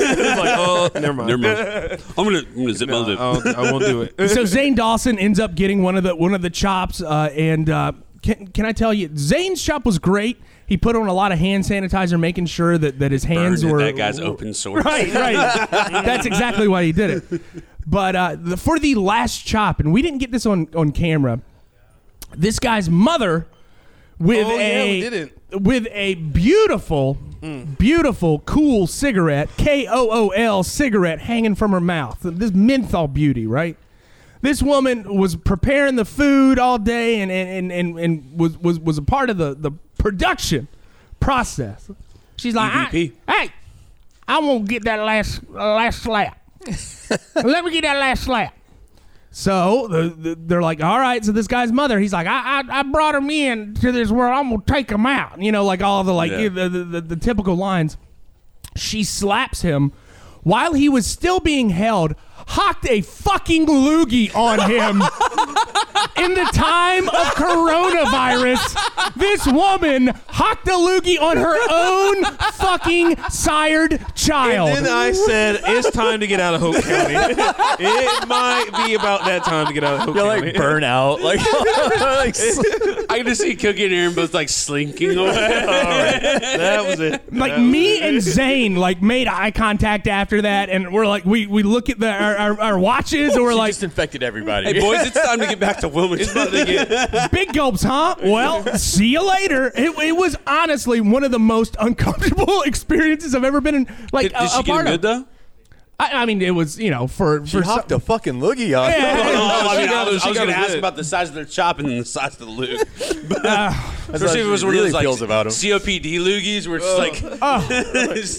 [SPEAKER 6] like, oh, never mind.
[SPEAKER 3] Never mind. I'm gonna, I'm gonna zip my lip.
[SPEAKER 6] I'll, I won't do it.
[SPEAKER 2] so Zane Dawson ends up getting one of the one of the chops, uh, and uh, can can I tell you, Zane's chop was great. He put on a lot of hand sanitizer, making sure that, that his hands
[SPEAKER 3] Burned
[SPEAKER 2] were
[SPEAKER 3] that guy's open source.
[SPEAKER 2] Right, right. That's exactly why he did it. But uh, the, for the last chop, and we didn't get this on, on camera. This guy's mother with
[SPEAKER 6] Oh, yeah,
[SPEAKER 2] a
[SPEAKER 6] we didn't. Mm.
[SPEAKER 2] with a beautiful, beautiful, cool cigarette, K O O L cigarette hanging from her mouth. This menthol beauty, right? This woman was preparing the food all day and, and, and, and, and was, was, was a part of the, the production process. She's like,
[SPEAKER 3] EVP.
[SPEAKER 2] I, hey, I'm gonna get that last last slap. Let me get that last slap. So the, the, they're like, all right. So this guy's mother, he's like, I, I I brought him in to this world. I'm gonna take him out. You know, like all the like
[SPEAKER 3] Yeah.
[SPEAKER 2] the, the, the the typical lines. She slaps him while he was still being held. Hocked a fucking loogie on him in the time of coronavirus. This woman hocked a loogie on her own fucking sired child.
[SPEAKER 6] Then I said, it's time to get out of Hope County. it might be about that time to get out of Hope
[SPEAKER 7] You're
[SPEAKER 6] County.
[SPEAKER 7] like burnout. Like, like
[SPEAKER 3] I can just see Cookie and Aaron both like slinking away.
[SPEAKER 4] That was it.
[SPEAKER 2] like me and Zane like made eye contact after that, and we're like we we look at the our, our, our watches and we're
[SPEAKER 7] She
[SPEAKER 2] like
[SPEAKER 7] just infected everybody.
[SPEAKER 3] hey boys, it's time to get back to Wilmington.
[SPEAKER 2] big gulps, huh? Well, see you later. It, it was honestly one of the most uncomfortable experiences I've ever been in. Like
[SPEAKER 3] Did,
[SPEAKER 2] a,
[SPEAKER 3] did she
[SPEAKER 2] a
[SPEAKER 3] get him
[SPEAKER 2] part
[SPEAKER 3] good
[SPEAKER 2] of.
[SPEAKER 3] though?
[SPEAKER 2] I, I mean, it was you know for
[SPEAKER 7] she
[SPEAKER 2] for some-
[SPEAKER 7] hopped a fucking loogie on.
[SPEAKER 2] Yeah.
[SPEAKER 3] Oh, I, mean,
[SPEAKER 6] got
[SPEAKER 3] I
[SPEAKER 6] it.
[SPEAKER 3] was,
[SPEAKER 6] She got
[SPEAKER 3] going to
[SPEAKER 6] it
[SPEAKER 3] ask
[SPEAKER 6] good.
[SPEAKER 3] about the size of their chop and the size of the lube.
[SPEAKER 7] That's
[SPEAKER 3] Especially
[SPEAKER 7] how she
[SPEAKER 3] if it was one of
[SPEAKER 7] really
[SPEAKER 3] those like
[SPEAKER 7] feels about him.
[SPEAKER 3] COPD loogies where it's just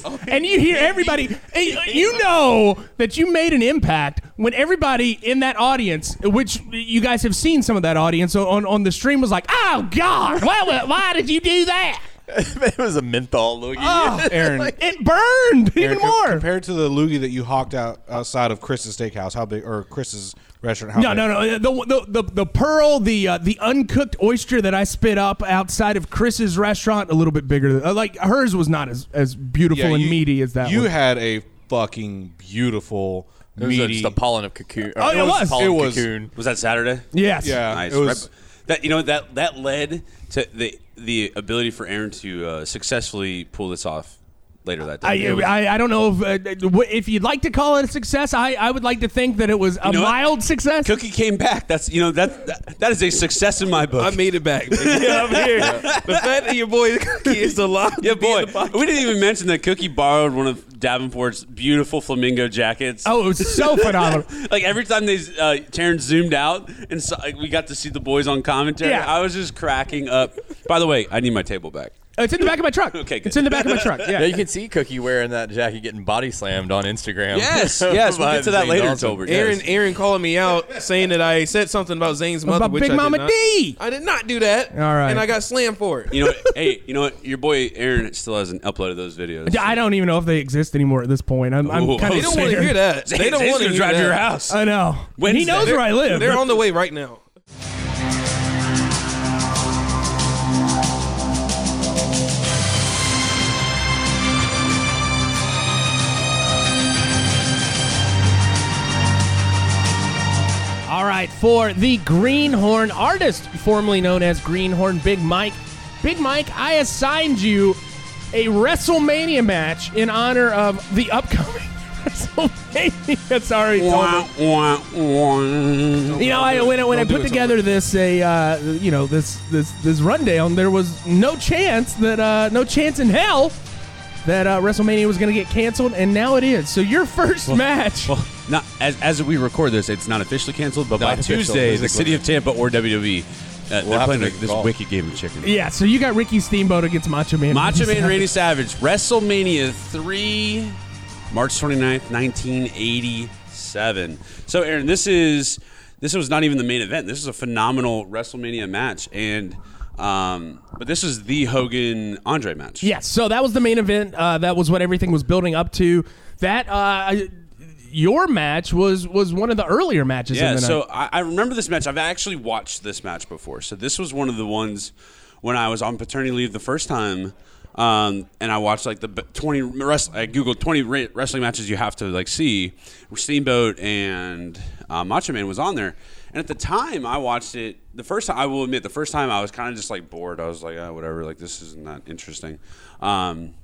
[SPEAKER 6] Oh.
[SPEAKER 3] like
[SPEAKER 2] and you hear everybody and you know that you made an impact when everybody in that audience which you guys have seen some of that audience on, on the stream was like oh god why, why- why did you do that
[SPEAKER 7] it was a menthol loogie.
[SPEAKER 1] Oh,
[SPEAKER 2] Ah.
[SPEAKER 4] Aaron,
[SPEAKER 2] it burned even
[SPEAKER 4] Aaron, co-
[SPEAKER 2] more
[SPEAKER 4] Compared to the loogie that you hawked out outside of Chris's steakhouse, how big or Chris's restaurant? How
[SPEAKER 2] no,
[SPEAKER 4] big?
[SPEAKER 2] no, no. The, the, the, the pearl, the uh, the uncooked oyster that I spit up outside of Chris's restaurant, a little bit bigger. Than, uh, like hers was not as, as beautiful and
[SPEAKER 4] you-
[SPEAKER 2] meaty as that.
[SPEAKER 4] You
[SPEAKER 2] one.
[SPEAKER 4] had a fucking beautiful
[SPEAKER 7] It was
[SPEAKER 4] meaty.
[SPEAKER 7] just the pollen of cocoon.
[SPEAKER 2] Oh, it was.
[SPEAKER 7] Pollen
[SPEAKER 4] It was.
[SPEAKER 7] cocoon.
[SPEAKER 3] was that Saturday?
[SPEAKER 2] yes.
[SPEAKER 4] yeah,
[SPEAKER 3] nice.
[SPEAKER 4] it was.
[SPEAKER 3] Right- that you know that that led to the the ability for Aaron to uh, successfully pull this off later that day.
[SPEAKER 2] I,
[SPEAKER 3] It was-
[SPEAKER 2] I, I don't know if uh, w- if you'd like to call it a success. I, I would like to think that it was a
[SPEAKER 3] know what?
[SPEAKER 2] mild success.
[SPEAKER 3] Cookie came back. That's you know that that, that is a success in my book.
[SPEAKER 6] I made it back. baby. I'm here. The fact that your boy is alive.
[SPEAKER 3] yeah,
[SPEAKER 6] to be in
[SPEAKER 3] boy.
[SPEAKER 6] the podcast-
[SPEAKER 3] We didn't even mention that Cookie borrowed one of Davenport's beautiful flamingo jackets.
[SPEAKER 2] Oh, it was so phenomenal.
[SPEAKER 3] Like every time they uh, Terrence zoomed out and so, like, we got to see the boys on commentary,
[SPEAKER 2] Yeah.
[SPEAKER 3] I was just cracking up. By the way, I need my table back.
[SPEAKER 2] It's in the back of my truck.
[SPEAKER 3] Okay, good.
[SPEAKER 2] It's in the back of my truck.
[SPEAKER 7] Yeah,
[SPEAKER 2] Yeah.
[SPEAKER 7] you can see Cookie wearing that jacket getting body slammed on Instagram.
[SPEAKER 3] Yes, yes, we'll get to that
[SPEAKER 7] Zane's
[SPEAKER 3] later,
[SPEAKER 7] awesome.
[SPEAKER 3] Tolbert.
[SPEAKER 6] Aaron, Aaron calling me out saying that I said something about Zane's mother,
[SPEAKER 2] About
[SPEAKER 6] which
[SPEAKER 2] Big
[SPEAKER 6] I did
[SPEAKER 2] Mama
[SPEAKER 6] not.
[SPEAKER 2] D.
[SPEAKER 6] I did not do that. All
[SPEAKER 2] right.
[SPEAKER 6] and I got slammed for it.
[SPEAKER 3] You know, what? hey, you know what? Your boy Aaron still hasn't uploaded those videos.
[SPEAKER 2] I don't even know if they exist anymore at this point. I'm, I'm
[SPEAKER 3] Ooh.
[SPEAKER 2] kind
[SPEAKER 3] They
[SPEAKER 6] They
[SPEAKER 2] of
[SPEAKER 6] don't want to hear that. They don't want to hear
[SPEAKER 3] drive
[SPEAKER 6] that.
[SPEAKER 3] to your house.
[SPEAKER 2] I know. He
[SPEAKER 3] Wednesday.
[SPEAKER 2] knows where I live.
[SPEAKER 6] They're on the way right now.
[SPEAKER 2] All right, for the Greenhorn artist, formerly known as Greenhorn Big Mike. Big Mike, I assigned you a WrestleMania match in honor of the upcoming WrestleMania. Sorry, Tolbert.
[SPEAKER 3] Wah, wah, wah.
[SPEAKER 2] You know, I, when I, when I
[SPEAKER 6] Don't do
[SPEAKER 2] put
[SPEAKER 6] it,
[SPEAKER 2] together this a uh, you know this this this rundown, there was no chance that uh, no chance in hell that uh, WrestleMania was going to get canceled, and now it is. So your first match.
[SPEAKER 3] Well, not as, as we record this, it's not officially canceled, but by
[SPEAKER 7] Not official,
[SPEAKER 3] Tuesday, the
[SPEAKER 7] physically.
[SPEAKER 3] city of Tampa or WWE, uh, they're
[SPEAKER 7] have
[SPEAKER 3] playing
[SPEAKER 7] to
[SPEAKER 3] like
[SPEAKER 7] make a
[SPEAKER 3] this
[SPEAKER 7] call.
[SPEAKER 3] wicked game of chicken.
[SPEAKER 2] yeah, so you got Ricky Steamboat against Macho Man.
[SPEAKER 3] Macho Man
[SPEAKER 2] Savage.
[SPEAKER 3] Randy Savage, WrestleMania 3, March 29th, 1987. So, Aaron, this is this was not even the main event. This is a phenomenal WrestleMania match, and um, but this is the Hogan Andre match.
[SPEAKER 2] Yes, so that was the main event. Uh, that was what everything was building up to. That uh, your match was was one of the earlier matches.
[SPEAKER 3] Yeah,
[SPEAKER 2] in the
[SPEAKER 3] so
[SPEAKER 2] night.
[SPEAKER 3] I, I remember this match. I've actually watched this match before. So this was one of the ones when I was on paternity leave the first time, um, and I watched like the b- twenty wrestling. I googled twenty ra- wrestling matches you have to like see. Steamboat and uh, Macho Man was on there, and at the time I watched it. The first time I will admit, the first time I was kind of just like bored. I was like, oh, whatever. Like this is not interesting. Um,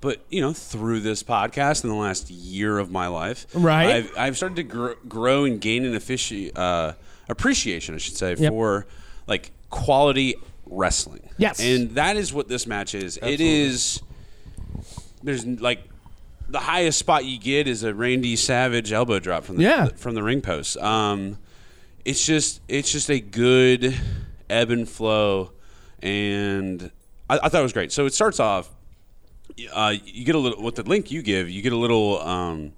[SPEAKER 3] but you know, through this podcast in the last year of my life,
[SPEAKER 2] Right.
[SPEAKER 3] I've I've started to grow, grow and gain an offici- uh, appreciation, I should say,
[SPEAKER 2] Yep.
[SPEAKER 3] for like quality wrestling.
[SPEAKER 2] Yes.
[SPEAKER 3] and that is what this match is. It is. There's like the highest spot you get is a Randy Savage elbow drop from the
[SPEAKER 2] Yeah.
[SPEAKER 3] from the ring post. Um, it's just it's just a good ebb and flow, and I, I thought it was great. So it starts off uh, you get a little with the link you give, you get a little um,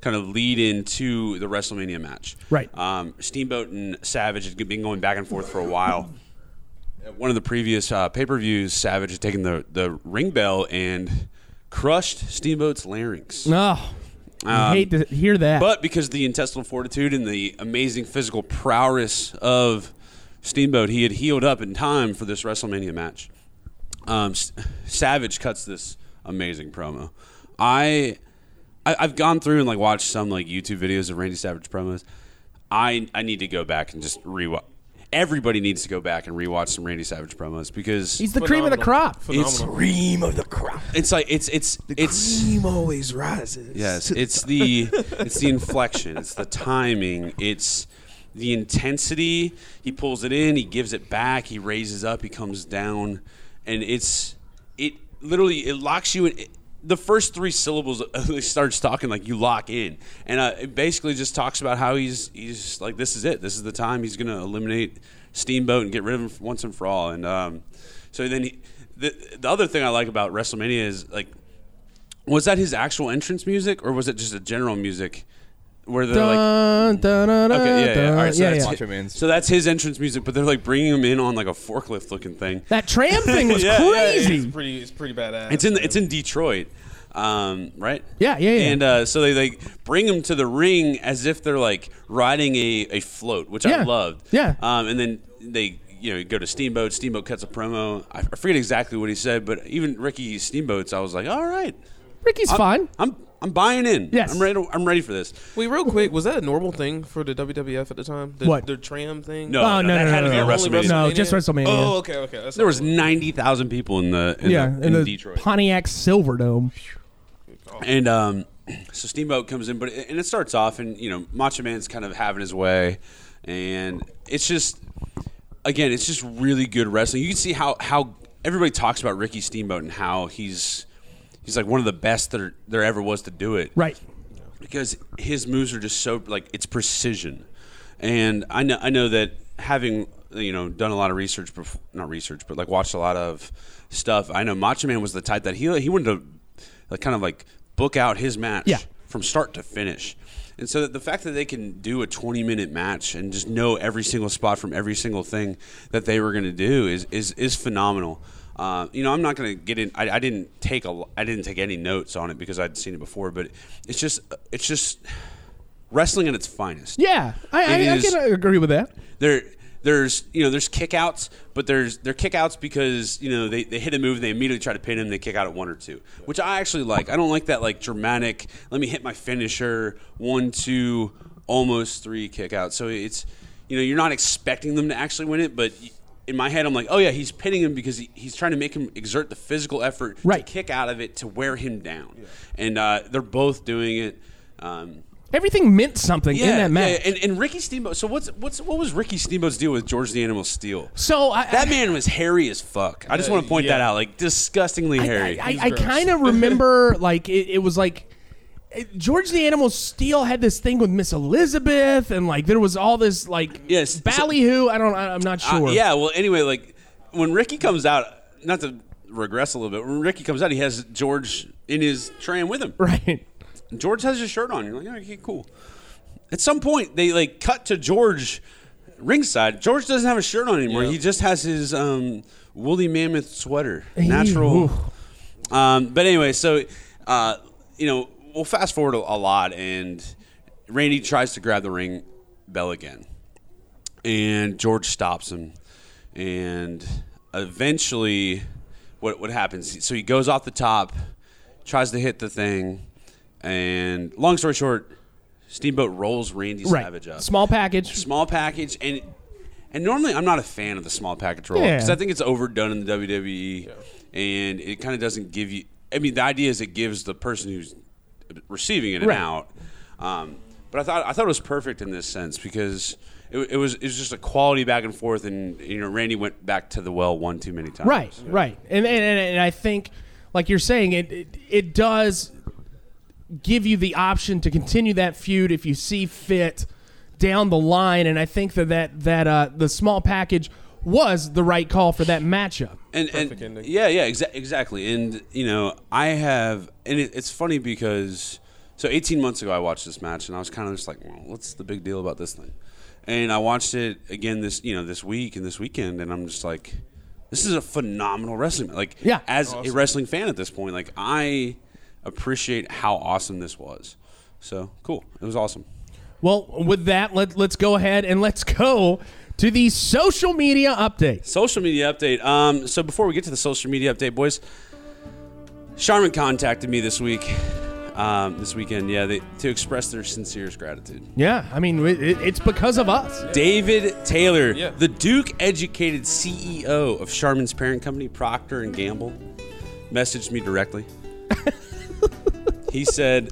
[SPEAKER 3] kind of lead into the WrestleMania match.
[SPEAKER 2] Right.
[SPEAKER 3] Um, Steamboat and Savage had been going back and forth for a while. At one of the previous uh, pay per views, Savage had taken the the ring bell and crushed Steamboat's larynx.
[SPEAKER 2] Oh, I hate to hear that.
[SPEAKER 3] um, But because of the intestinal fortitude and the amazing physical prowess of Steamboat, he had healed up in time for this WrestleMania match. Um, S- Savage cuts this amazing promo. I, I I've gone through and like watched some like YouTube videos of Randy Savage promos. I I need to go back and just rewatch. everybody needs to go back and rewatch some Randy Savage promos because
[SPEAKER 2] He's the cream of the crop.
[SPEAKER 3] it's
[SPEAKER 7] Cream of the crop.
[SPEAKER 3] it's like it's it's it's
[SPEAKER 6] cream always rises.
[SPEAKER 3] Yes, it's the it's the inflection, it's the timing, it's the intensity. He pulls it in, he gives it back, he raises up, he comes down, and it's it literally it locks you in. It, the first three syllables he starts talking like you lock in, and uh, it basically just talks about how he's he's like this is it, this is the time he's gonna eliminate Steamboat and get rid of him f- once and for all. And um, so then he, the the other thing I like about WrestleMania is like was that his actual entrance music, or was it just a general music? Where they're like,
[SPEAKER 2] Dun, dun, dun, dun,
[SPEAKER 3] okay, yeah, yeah. All right, so,
[SPEAKER 2] yeah,
[SPEAKER 3] that's
[SPEAKER 2] yeah.
[SPEAKER 7] Macho Man's-
[SPEAKER 3] so that's his entrance music, but they're like bringing him in on like a forklift looking thing.
[SPEAKER 2] That tram thing was
[SPEAKER 3] Yeah, yeah, it's
[SPEAKER 2] crazy.
[SPEAKER 6] It's pretty. It's pretty badass.
[SPEAKER 3] It's in it's in Detroit, um, right?
[SPEAKER 2] Yeah, yeah, yeah.
[SPEAKER 3] And uh, so they like bring him to the ring as if they're like riding a, a float, which I
[SPEAKER 2] Yeah.
[SPEAKER 3] loved.
[SPEAKER 2] Yeah.
[SPEAKER 3] Um, and then they you know go to Steamboat. Steamboat cuts a promo. I I forget exactly what he said, but even Ricky Steamboat's, I was like, all right,
[SPEAKER 2] Ricky's fine.
[SPEAKER 3] I'm I'm buying in.
[SPEAKER 2] Yes.
[SPEAKER 3] I'm ready. To, I'm ready for this.
[SPEAKER 6] Wait, real quick, was that a normal thing for the WWF at the time? The,
[SPEAKER 2] What?
[SPEAKER 6] the tram thing?
[SPEAKER 3] No,
[SPEAKER 2] Oh, no,
[SPEAKER 3] that
[SPEAKER 2] no,
[SPEAKER 3] had
[SPEAKER 2] no,
[SPEAKER 3] to be
[SPEAKER 2] no,
[SPEAKER 3] a
[SPEAKER 2] no.
[SPEAKER 6] Only
[SPEAKER 3] WrestleMania.
[SPEAKER 2] No, just WrestleMania.
[SPEAKER 6] Oh, okay, okay. That's
[SPEAKER 3] There was ninety thousand people in the in,
[SPEAKER 2] yeah,
[SPEAKER 3] the, in,
[SPEAKER 2] in the
[SPEAKER 3] Detroit,
[SPEAKER 2] Pontiac Silverdome.
[SPEAKER 3] and um, so Steamboat comes in, but and it starts off, and you know Macho Man's kind of having his way, and it's just again, it's just really good wrestling. You can see how how everybody talks about Ricky Steamboat and how he's he's like one of the best that there ever was to do it,
[SPEAKER 2] Right.
[SPEAKER 3] because his moves are just so like it's precision, and I know I know that having you know done a lot of research before not research but like watched a lot of stuff. I know Macho Man was the type that he he wanted to like kind of like book out his match
[SPEAKER 2] Yeah.
[SPEAKER 3] from start to finish. And so the fact that they can do a 20 minute match and just know every single spot from every single thing that they were going to do is is is phenomenal. Uh, you know, I'm not going to get in. I, I didn't take a. l- I didn't take any notes on it because I'd seen it before. But it's just it's just wrestling at its finest.
[SPEAKER 2] Yeah, I,
[SPEAKER 3] It
[SPEAKER 2] I, I
[SPEAKER 3] is-
[SPEAKER 2] can agree with that.
[SPEAKER 3] There, there's you know there's kickouts, but there's they're kickouts because you know they, they hit a move and they immediately try to pin him. They kick out at one or two, which I actually like. I don't like that like dramatic. Let me hit my finisher one two almost three kick out. So it's you know you're not expecting them to actually win it, but. in my head, I'm like, oh yeah, he's pinning him because he, he's trying to make him exert the physical effort
[SPEAKER 2] Right.
[SPEAKER 3] to kick out of it to wear him down, and uh, they're both doing it. Um,
[SPEAKER 2] Everything meant something in that match.
[SPEAKER 3] yeah, and, and Ricky Steamboat. So what's what's what was Ricky Steamboat's deal with George the Animal Steel?
[SPEAKER 2] so I,
[SPEAKER 3] That man was hairy as fuck. I just want to point that out, like disgustingly hairy.
[SPEAKER 2] I, I, I kind of remember like it, it was like it- George the Animal Steel had this thing with Miss Elizabeth, and like there was all this like
[SPEAKER 3] Yes, so-
[SPEAKER 2] ballyhoo. I don't, I, I'm not
[SPEAKER 3] Uh,
[SPEAKER 2] sure.
[SPEAKER 3] yeah. Well, anyway, like when Ricky comes out, not to regress a little bit. When Ricky comes out, he has George in his tram with him.
[SPEAKER 2] right.
[SPEAKER 3] George has his shirt on. You're like, okay, cool. At some point, they like cut to George ringside. George doesn't have a shirt on anymore. He just has his um, woolly mammoth sweater, natural. Um, but anyway, so uh, you know, we'll fast forward a, a lot, and Randy tries to grab the ring bell again, and George stops him, and eventually, what what happens? So he goes off the top, tries to hit the thing, and long story short, Steamboat rolls Randy
[SPEAKER 2] Right.
[SPEAKER 3] Savage up
[SPEAKER 2] Small package.
[SPEAKER 3] small package and and normally I'm not a fan of the small package roll
[SPEAKER 2] Yeah.
[SPEAKER 3] because I think it's overdone in the WWE and it kind of doesn't give you. I mean, the idea is it gives the person who's receiving it an
[SPEAKER 2] Right.
[SPEAKER 3] out. Um, but I thought I thought it was perfect in this sense because it, it was it was just a quality back and forth and you know Randy went back to the well one too many times.
[SPEAKER 2] Right, right, and, and and and I think, like you're saying, it, it it does give you the option to continue that feud if you see fit down the line, and I think that that that uh, the small package was the right call for that matchup.
[SPEAKER 3] and, and
[SPEAKER 6] ending.
[SPEAKER 3] yeah, yeah, exa- exactly. And you know, I have, and it, it's funny because so 18 months ago I watched this match, and I was kind of just like, well, what's the big deal about this thing? And I watched it again this you know this week and this weekend, and I'm just like, this is a phenomenal wrestling. ma- Like,
[SPEAKER 2] Yeah.
[SPEAKER 3] as a wrestling fan at this point, like I appreciate how awesome this was. So cool, it was awesome.
[SPEAKER 2] Well, with that, let let's go ahead and let's go to the social media updates.
[SPEAKER 3] Social media update. Um, so before we get to the social media update, boys, Charmin contacted me this week. um, this weekend. Yeah, they, to express their sincerest gratitude.
[SPEAKER 2] Yeah, I mean, it, it- it's because of us.
[SPEAKER 3] David Taylor,
[SPEAKER 6] Yeah.
[SPEAKER 3] the Duke-educated CEO E of Charmin's parent company, Procter and Gamble, messaged me directly. he said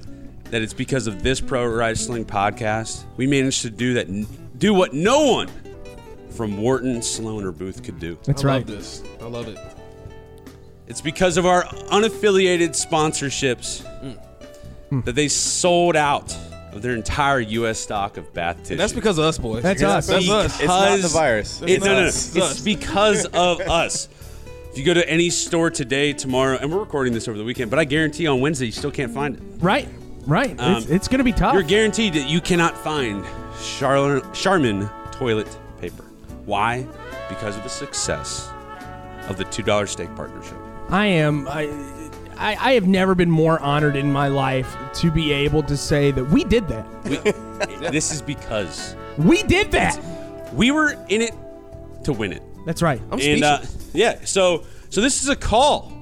[SPEAKER 3] that it's because of this pro wrestling podcast we managed to do that, do what no one from Wharton, Sloan, or Booth could do.
[SPEAKER 2] That's
[SPEAKER 6] I
[SPEAKER 2] right.
[SPEAKER 6] love this. I love it.
[SPEAKER 3] It's because of our unaffiliated sponsorships
[SPEAKER 7] Hmm.
[SPEAKER 3] that they sold out of their entire U.S. stock of bath tissue.
[SPEAKER 6] That's because of us, boys.
[SPEAKER 2] That's us.
[SPEAKER 6] That's us.
[SPEAKER 7] It's not the
[SPEAKER 3] Because-
[SPEAKER 7] virus.
[SPEAKER 3] It- no, no, no.
[SPEAKER 6] us.
[SPEAKER 3] It's,
[SPEAKER 6] It's us.
[SPEAKER 3] because of us. If you go to any store today, tomorrow, and we're recording this over the weekend, but I guarantee on Wednesday you still can't find it.
[SPEAKER 2] Right, right. it's
[SPEAKER 3] Um,
[SPEAKER 2] it's going to be
[SPEAKER 7] Oh.
[SPEAKER 2] tough.
[SPEAKER 3] You're guaranteed that you cannot find Char- Charmin toilet paper. Why? Because of the success of the $2 steak partnership.
[SPEAKER 2] I am. I, I, I have never been more honored in my life to be able to say that we did that.
[SPEAKER 3] We, this is because
[SPEAKER 2] We did that.
[SPEAKER 3] we were in it to win it.
[SPEAKER 2] That's right.
[SPEAKER 6] I'm
[SPEAKER 3] and
[SPEAKER 6] speechless.
[SPEAKER 3] uh, yeah, so so this is a call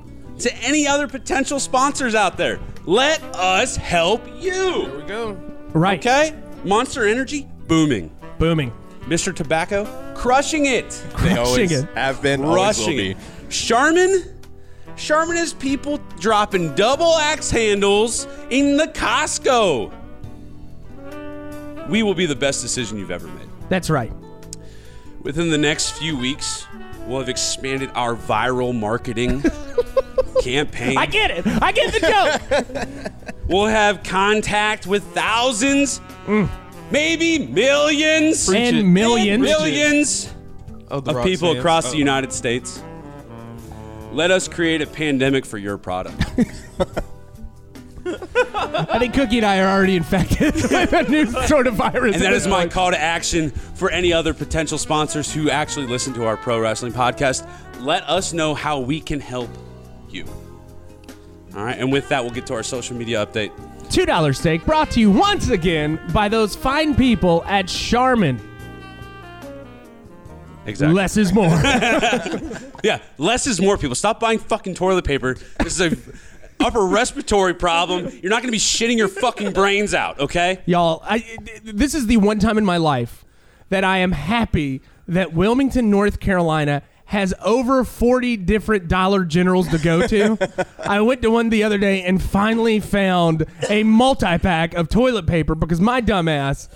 [SPEAKER 3] to any other potential sponsors out there. Let us help you.
[SPEAKER 6] Here we go.
[SPEAKER 2] Right.
[SPEAKER 3] Okay? Monster Energy, booming.
[SPEAKER 2] Booming.
[SPEAKER 3] Mr. Tobacco, crushing it.
[SPEAKER 7] They always
[SPEAKER 2] Crushing it.
[SPEAKER 7] have been, always will
[SPEAKER 3] Crushing
[SPEAKER 7] be.
[SPEAKER 3] it. Charmin, Charmin is people dropping double axe handles in the Costco. We will be the best decision you've ever made.
[SPEAKER 2] That's right.
[SPEAKER 3] Within the next few weeks, we'll have expanded our viral marketing campaign.
[SPEAKER 2] I get it. I get the joke.
[SPEAKER 3] We'll have contact with thousands, maybe millions,
[SPEAKER 6] Preach it.
[SPEAKER 2] Mm. and millions.
[SPEAKER 3] millions
[SPEAKER 6] Of, the
[SPEAKER 3] of
[SPEAKER 6] rock
[SPEAKER 3] people
[SPEAKER 6] stands.
[SPEAKER 3] across
[SPEAKER 6] Oh.
[SPEAKER 3] the United States. Let us create a pandemic for your product.
[SPEAKER 2] I think Cookie and I are already infected with a new sort of virus.
[SPEAKER 3] And that is my call to action for any other potential sponsors who actually listen to our pro wrestling podcast. Let us know how we can help you. All right, and with that, we'll get to our social media update.
[SPEAKER 2] two dollar steak brought to you once again by those fine people at Charmin.
[SPEAKER 3] Exactly.
[SPEAKER 2] Less is more.
[SPEAKER 3] Yeah, less is more. People, stop buying fucking toilet paper. This is a upper respiratory problem. You're not going to be shitting your fucking brains out. Okay.
[SPEAKER 2] Y'all, I, th- this is the one time in my life that I am happy that Wilmington, North Carolina has over 40 different Dollar Generals to go to. I went to one the other day and finally found a multi pack of toilet paper because my dumbass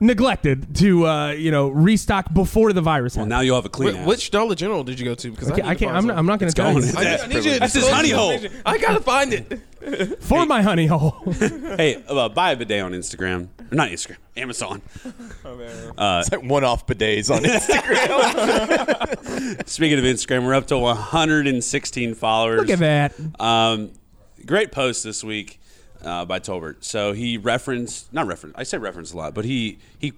[SPEAKER 2] neglected to, uh, you know, restock before the virus
[SPEAKER 3] Well,
[SPEAKER 2] happened.
[SPEAKER 3] now you'll have a clean.
[SPEAKER 6] Wait,
[SPEAKER 3] ass.
[SPEAKER 6] which Dollar General did you go to? Because
[SPEAKER 2] Okay,
[SPEAKER 6] I,
[SPEAKER 2] I can't. I'm not, I'm not going to tell
[SPEAKER 3] going.
[SPEAKER 2] you.
[SPEAKER 6] I, I need you. to
[SPEAKER 3] That's his
[SPEAKER 6] disclose
[SPEAKER 3] honey
[SPEAKER 6] this
[SPEAKER 3] hole.
[SPEAKER 6] information. I gotta find it.
[SPEAKER 2] For my honey hole.
[SPEAKER 3] hey, uh, buy a bidet on Instagram. Or not Instagram. Amazon.
[SPEAKER 7] It's like one-off bidets on Instagram.
[SPEAKER 3] Speaking of Instagram, we're up to 116 followers.
[SPEAKER 2] Look at that.
[SPEAKER 3] Um, great post this week uh, by Tolbert. So he referenced, not referenced, I say referenced a lot, but he he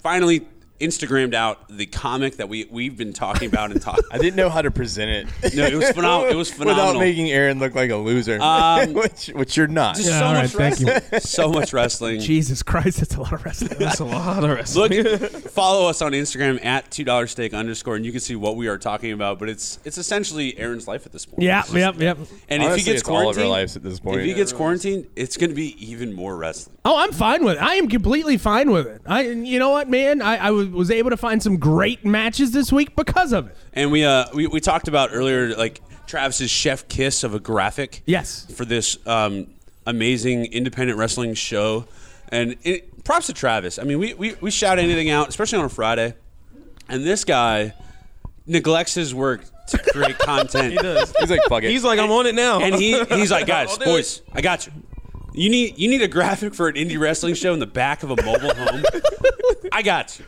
[SPEAKER 3] finally Instagrammed out the comic that we we've been talking about and talking.
[SPEAKER 7] I didn't know how to present it.
[SPEAKER 3] No, it was phenomenal. It was phenomenal. Um,
[SPEAKER 7] Without making Aaron look like a loser, which, which you're not.
[SPEAKER 3] Just
[SPEAKER 2] Yeah,
[SPEAKER 3] so
[SPEAKER 2] all
[SPEAKER 3] much
[SPEAKER 2] right, thank you.
[SPEAKER 3] wrestling. So much wrestling.
[SPEAKER 2] Jesus Christ, that's a lot of wrestling.
[SPEAKER 6] That's a lot of rest.
[SPEAKER 3] Look, follow us on Instagram at two dollar steak underscore, and you can see what we are talking about. But it's it's essentially Aaron's life at this point.
[SPEAKER 2] yeah, yep, yep.
[SPEAKER 3] And
[SPEAKER 7] Honestly,
[SPEAKER 3] if he gets
[SPEAKER 7] it's all of our
[SPEAKER 3] quarantined,
[SPEAKER 7] lives at this point.
[SPEAKER 3] If he
[SPEAKER 7] Yeah,
[SPEAKER 3] gets quarantined, it's going to be even more wrestling.
[SPEAKER 2] Oh, I'm fine with it. I am completely fine with it. I, and you know what, man? I, I was, was able to find some great matches this week because of it.
[SPEAKER 3] And we uh we, we talked about earlier like Travis's chef kiss of a graphic.
[SPEAKER 2] Yes.
[SPEAKER 3] For this um amazing independent wrestling show, and it, props to Travis. I mean, we, we we shout anything out, especially on a Friday, and this guy neglects his work to create content. he does.
[SPEAKER 7] He's like, fuck it.
[SPEAKER 6] He's like, I'm on it now.
[SPEAKER 3] And he he's like, guys,
[SPEAKER 6] I'll do
[SPEAKER 3] boys, I got you. You need you need a graphic for an indie wrestling show in the back of a mobile home. I got you.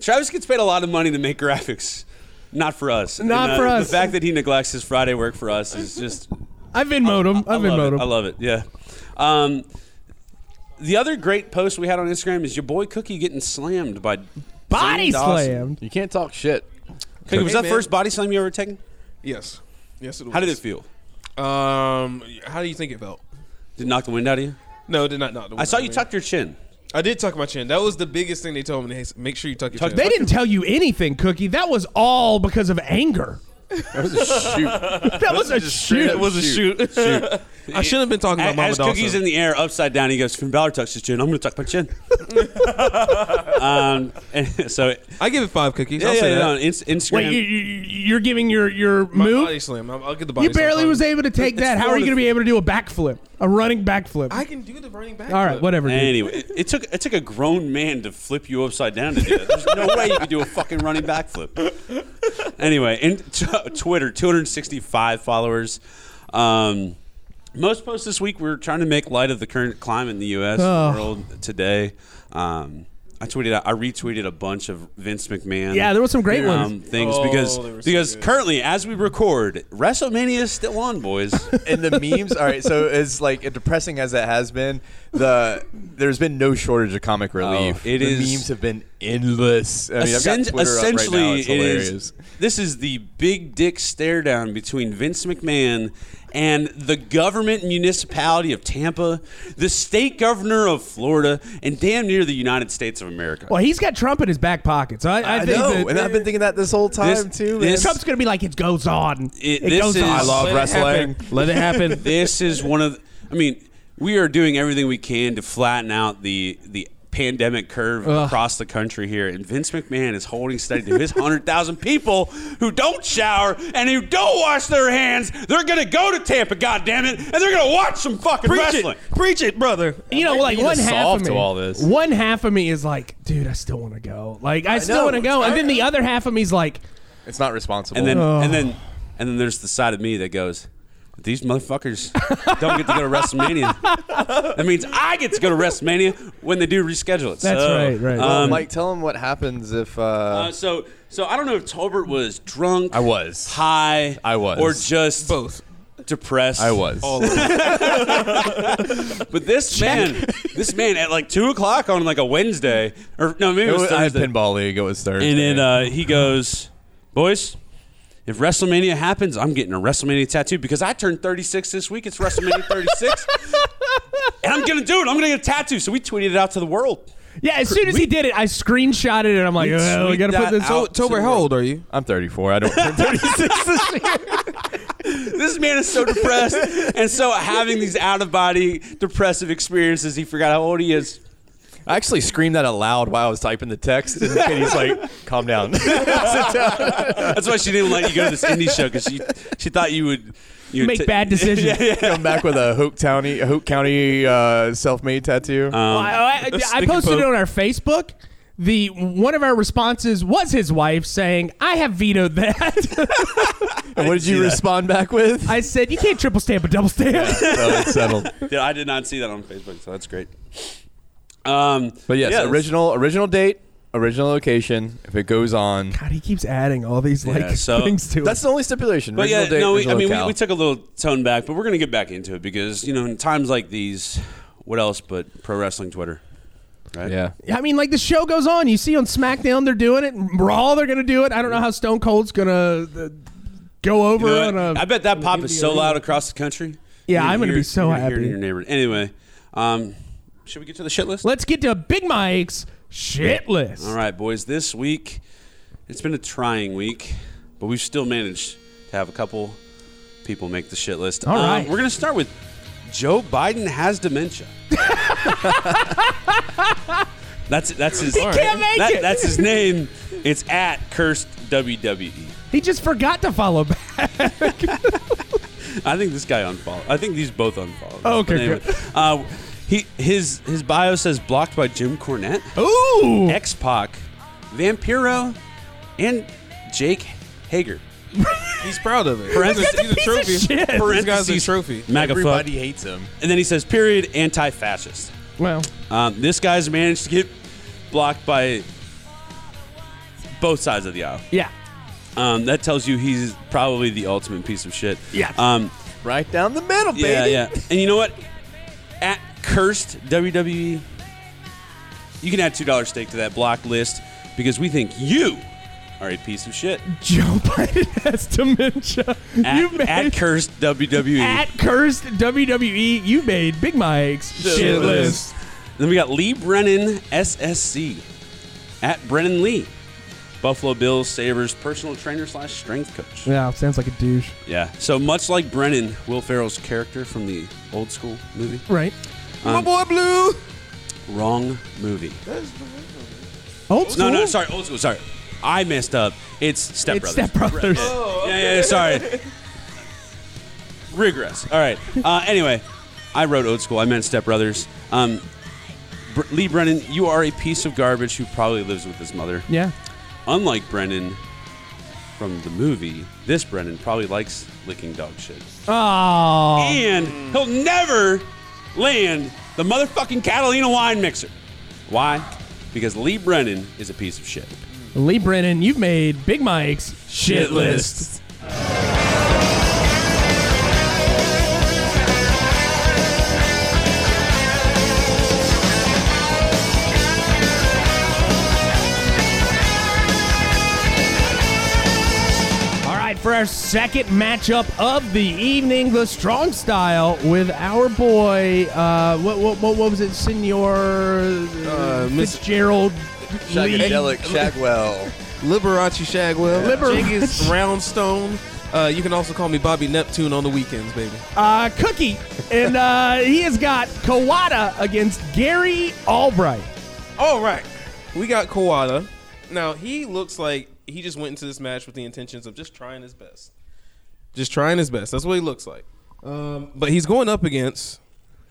[SPEAKER 3] Travis gets paid a lot of money to make graphics. Not for us.
[SPEAKER 2] Not
[SPEAKER 3] And,
[SPEAKER 2] for
[SPEAKER 3] uh,
[SPEAKER 2] us.
[SPEAKER 3] The fact that he neglects his Friday work for us is just
[SPEAKER 2] I've been modem.
[SPEAKER 3] I
[SPEAKER 2] I've been
[SPEAKER 3] love it.
[SPEAKER 2] modem.
[SPEAKER 3] I love it. Yeah. Um, the other great post we had on Instagram is your boy Cookie getting slammed by
[SPEAKER 2] Body
[SPEAKER 3] Zane Dawson.
[SPEAKER 2] slammed.
[SPEAKER 7] you can't talk shit.
[SPEAKER 3] Cookie, was
[SPEAKER 6] Hey,
[SPEAKER 3] that
[SPEAKER 6] man.
[SPEAKER 3] first body slam you ever taken?
[SPEAKER 6] Yes. Yes, it was.
[SPEAKER 3] How did it feel?
[SPEAKER 6] Um, how do you think it felt?
[SPEAKER 3] Did it knock the wind out of you?
[SPEAKER 6] No, it did not. knock the
[SPEAKER 3] I
[SPEAKER 6] wind
[SPEAKER 3] saw
[SPEAKER 6] out of
[SPEAKER 3] you
[SPEAKER 6] me.
[SPEAKER 3] tucked your chin.
[SPEAKER 6] I did tuck my chin. That was the biggest thing they told me. Hey, make sure you tuck your
[SPEAKER 3] Tuck-
[SPEAKER 6] chin.
[SPEAKER 2] They didn't tell you anything, Cookie. That was all because of anger.
[SPEAKER 7] That was a shoot.
[SPEAKER 2] That was a shoot.
[SPEAKER 6] It was a shoot. I shouldn't have been talking about Mama
[SPEAKER 3] As
[SPEAKER 6] Dawson.
[SPEAKER 3] Cookie's in the air, upside down, he goes, Finn Balor tucks his chin. I'm going to tuck my chin. um, and so,
[SPEAKER 6] I give it five cookies.
[SPEAKER 3] yeah,
[SPEAKER 6] I'll
[SPEAKER 3] yeah,
[SPEAKER 6] say
[SPEAKER 3] no,
[SPEAKER 6] that.
[SPEAKER 3] on Inst- Instagram.
[SPEAKER 2] Wait, you, you, you're giving your your
[SPEAKER 6] My
[SPEAKER 2] move.
[SPEAKER 6] body slam. I'll, I'll get the body
[SPEAKER 2] You barely
[SPEAKER 6] slam.
[SPEAKER 2] was able to take
[SPEAKER 6] It's
[SPEAKER 2] that. How
[SPEAKER 6] four
[SPEAKER 2] are you
[SPEAKER 6] to
[SPEAKER 2] going to be able to do a backflip, a running backflip?
[SPEAKER 6] I can do the running back.
[SPEAKER 2] All right,
[SPEAKER 6] flip.
[SPEAKER 2] whatever. dude.
[SPEAKER 3] Anyway, it, it took it took a grown man to flip you upside down to do that. There's no way you could do a fucking running backflip. Anyway, and t- Twitter, 265 followers. Um, most posts this week were trying to make light of the current climate in the U.S.
[SPEAKER 2] Oh.
[SPEAKER 3] and the world today. Um, I tweeted, out, I retweeted a bunch of Vince McMahon. um,
[SPEAKER 2] Yeah, there were some great ones.
[SPEAKER 3] Things
[SPEAKER 6] Oh, they were
[SPEAKER 3] because
[SPEAKER 6] so
[SPEAKER 3] because
[SPEAKER 6] good.
[SPEAKER 3] currently, as we record, WrestleMania is still on, boys.
[SPEAKER 1] and the memes. All right, so as like depressing as that has been, the there's been no shortage of comic
[SPEAKER 7] Oh,
[SPEAKER 1] relief.
[SPEAKER 3] it
[SPEAKER 1] the
[SPEAKER 3] is-
[SPEAKER 1] memes have been endless. I mean, I've
[SPEAKER 3] Essen-
[SPEAKER 1] got Twitter
[SPEAKER 3] essentially,
[SPEAKER 1] up right now. It's
[SPEAKER 3] it is-
[SPEAKER 1] hilarious.
[SPEAKER 3] This is the big dick stare down between Vince McMahon and the government municipality of Tampa, the state governor of Florida, and damn near the United States of America.
[SPEAKER 2] Well, he's got Trump in his back pocket, so I, I,
[SPEAKER 1] I,
[SPEAKER 2] think
[SPEAKER 1] know,
[SPEAKER 2] that
[SPEAKER 1] and I've been thinking that this whole time too. man.
[SPEAKER 3] this-
[SPEAKER 2] Trump's going to be like, it goes on.
[SPEAKER 3] It-
[SPEAKER 2] It,
[SPEAKER 3] this
[SPEAKER 2] goes
[SPEAKER 3] is-
[SPEAKER 2] on.
[SPEAKER 3] I love
[SPEAKER 6] Let it happen.
[SPEAKER 3] Let it happen. this is one of. The, I mean, we are doing everything we can to flatten out the the pandemic curve
[SPEAKER 2] Ugh.
[SPEAKER 3] across the country here, and Vince McMahon is holding steady to his hundred thousand people who don't shower and who don't wash their hands. They're gonna go to Tampa, goddammit, it, and they're gonna watch some fucking
[SPEAKER 6] Preach
[SPEAKER 3] wrestling.
[SPEAKER 6] it, preach it, brother.
[SPEAKER 2] you know, like
[SPEAKER 1] be the
[SPEAKER 2] one half
[SPEAKER 1] solve
[SPEAKER 2] of me,
[SPEAKER 1] to all this.
[SPEAKER 2] one half of me is like, dude, I still want to go. Like, I, still
[SPEAKER 1] know.
[SPEAKER 2] want to go. And
[SPEAKER 1] I-
[SPEAKER 2] then the other half of me's like,
[SPEAKER 1] it's not responsible.
[SPEAKER 3] And then
[SPEAKER 2] Oh.
[SPEAKER 3] and then and then there's the side of me that goes. These motherfuckers don't get to go to WrestleMania. that means I get to go to WrestleMania when they do reschedule it.
[SPEAKER 2] That's
[SPEAKER 3] So,
[SPEAKER 2] right, right.
[SPEAKER 1] Well,
[SPEAKER 3] um,
[SPEAKER 1] Mike, tell him what happens if. Uh,
[SPEAKER 3] Uh, so, so I don't know if Tolbert was drunk.
[SPEAKER 1] I was.
[SPEAKER 3] high.
[SPEAKER 1] I was.
[SPEAKER 3] or just
[SPEAKER 6] Both.
[SPEAKER 3] depressed.
[SPEAKER 1] I was.
[SPEAKER 3] But this man, this man at like two o'clock on like a Wednesday, or no, maybe
[SPEAKER 1] It
[SPEAKER 3] it was,
[SPEAKER 1] was, I had
[SPEAKER 3] Thursday.
[SPEAKER 1] pinball league. It was Thursday.
[SPEAKER 3] And then uh, he goes, "Boys, if WrestleMania happens, I'm getting a WrestleMania tattoo because I turned 36 this week. It's WrestleMania 36, and I'm gonna do it. I'm gonna get a tattoo." So we tweeted it out to the world.
[SPEAKER 2] yeah. As soon as he did it, I screenshotted it. I'm like, oh, we
[SPEAKER 1] tweet
[SPEAKER 2] got to put
[SPEAKER 1] that
[SPEAKER 2] this.
[SPEAKER 1] out.
[SPEAKER 6] Oh, Tober, how old are you?
[SPEAKER 1] I'm 34. I don't. I'm 36 this year.
[SPEAKER 3] This man is so depressed and so having these out of body depressive experiences. He forgot how old he is.
[SPEAKER 1] I actually screamed that aloud while I was typing the text, and Katie's like, "Calm down."
[SPEAKER 3] That's why she didn't let you go to this indie show because she she thought you would you would
[SPEAKER 2] Make
[SPEAKER 3] ta-
[SPEAKER 2] bad decisions.
[SPEAKER 3] yeah, yeah.
[SPEAKER 1] Come back with a Hope County, a Hope County uh, self-made tattoo.
[SPEAKER 3] Uh,
[SPEAKER 2] Well, I, I- I posted it on our Facebook. The one of our responses was his wife saying, "I have vetoed that."
[SPEAKER 1] and what did you respond back with?
[SPEAKER 2] I said, "You can't triple stamp a double stamp."
[SPEAKER 1] so it's settled.
[SPEAKER 3] Dude, Um, I did not see that on Facebook, so that's great. Um,
[SPEAKER 1] But yes,
[SPEAKER 3] yeah, that's-
[SPEAKER 1] original, original date, original location. If it goes on,
[SPEAKER 2] God, he keeps adding all these like
[SPEAKER 3] Yeah, so-
[SPEAKER 2] things to
[SPEAKER 1] that's
[SPEAKER 2] it.
[SPEAKER 1] the only stipulation.
[SPEAKER 3] But
[SPEAKER 1] original
[SPEAKER 3] yeah,
[SPEAKER 1] date,
[SPEAKER 3] no, we, I
[SPEAKER 1] original
[SPEAKER 3] mean, we,
[SPEAKER 1] locale.
[SPEAKER 3] we took a little tone back, but we're gonna get back into it because you know in times like these, what else but pro wrestling Twitter, right?
[SPEAKER 1] yeah.
[SPEAKER 2] I mean, like the show goes on. You see on SmackDown they're doing it. Raw they're gonna do it. I don't know how Stone Cold's gonna uh, go over
[SPEAKER 3] You know what?
[SPEAKER 2] on a.
[SPEAKER 3] I bet that pop is so
[SPEAKER 2] arena.
[SPEAKER 3] loud across the country.
[SPEAKER 2] Yeah,
[SPEAKER 3] You're
[SPEAKER 2] I'm gonna
[SPEAKER 3] hear-
[SPEAKER 2] be so
[SPEAKER 3] you're gonna hear it in
[SPEAKER 2] happy.
[SPEAKER 3] your neighborhood. Anyway, um, should we get to the shit list?
[SPEAKER 2] Let's get to Big Mike's shit list.
[SPEAKER 3] All right, boys. This week, it's been a trying week, but we've still managed to have a couple people make the shit list. Um,
[SPEAKER 2] All right.
[SPEAKER 3] We're going to start with Joe Biden has dementia. that's that's his. He
[SPEAKER 2] can't make it.
[SPEAKER 3] That's his name. It's at cursed E. WWE.
[SPEAKER 2] He just forgot to follow back.
[SPEAKER 3] I think this guy unfollowed. I think these both unfollowed.
[SPEAKER 2] Oh, okay,
[SPEAKER 3] But anyway, uh, he his his bio says blocked by Jim Cornette.
[SPEAKER 2] Ooh,
[SPEAKER 3] X Pac, Vampiro, and Jake Hager.
[SPEAKER 6] He's proud of it.
[SPEAKER 3] Parentheses-
[SPEAKER 6] he's a trophy.
[SPEAKER 2] piece of shit.
[SPEAKER 6] This guy's a
[SPEAKER 3] Parentheses-
[SPEAKER 6] trophy.
[SPEAKER 3] MAGA fuck.
[SPEAKER 1] Everybody hates him.
[SPEAKER 3] And then he says, period, anti fascist.
[SPEAKER 2] well,
[SPEAKER 3] Um, this guy's managed to get blocked by both sides of the aisle.
[SPEAKER 2] yeah,
[SPEAKER 3] Um, that tells you he's probably the ultimate piece of shit.
[SPEAKER 2] Yes.
[SPEAKER 3] Um,
[SPEAKER 1] Right down the middle, baby.
[SPEAKER 3] yeah, yeah. And you know what? At cursed WWE, you can add $2 stake to that block list because we think you are a piece of shit.
[SPEAKER 2] Joe Biden has dementia. you
[SPEAKER 3] At,
[SPEAKER 2] made
[SPEAKER 3] at cursed WWE.
[SPEAKER 2] at cursed WWE. You made Big Mike's shit list.
[SPEAKER 3] Then we got Lee Brennan SSC at Brennan Lee. Buffalo Bills Sabres personal trainer slash strength coach.
[SPEAKER 2] Yeah, sounds like a douche.
[SPEAKER 3] Yeah. So much like Brennan, Will Ferrell's character from the old school movie,
[SPEAKER 2] Right.
[SPEAKER 6] My
[SPEAKER 3] Um,
[SPEAKER 6] boy Blue.
[SPEAKER 3] wrong movie.
[SPEAKER 2] Old school.
[SPEAKER 3] No, no, sorry, old school. Sorry, I messed up. It's Step
[SPEAKER 2] It's
[SPEAKER 3] Brothers.
[SPEAKER 2] Step Brothers.
[SPEAKER 3] Yeah, yeah, yeah, sorry. Regress. All right. Uh, anyway, I wrote old school. I meant Step Brothers. Um, Br- Lee Brennan, you are a piece of garbage who probably lives with his mother.
[SPEAKER 2] Yeah.
[SPEAKER 3] Unlike Brennan from the movie, this Brennan probably likes licking dog shit.
[SPEAKER 2] Oh.
[SPEAKER 3] And he'll never land the motherfucking Catalina wine mixer. Why? Because Lee Brennan is a piece of shit.
[SPEAKER 2] Lee Brennan, you've made Big Mike's shit list. All right, for our second matchup of the evening, the strong style with our boy, uh, what, what, what, what was it, Senor uh,
[SPEAKER 6] Miss-
[SPEAKER 2] Fitzgerald?
[SPEAKER 1] Shagadelic Shagwell.
[SPEAKER 6] Liberace Shagwell.
[SPEAKER 2] Liberace.
[SPEAKER 6] Jiggis Roundstone. Uh, you can also call me Bobby Neptune on the weekends, baby.
[SPEAKER 2] uh, Cookie, and uh, he has got Kawada against Gary Albright.
[SPEAKER 6] All right. We got Kawada. Now, he looks like he just went into this match with the intentions of just trying his best. Just trying his best. That's what he looks like. Um, but he's going up against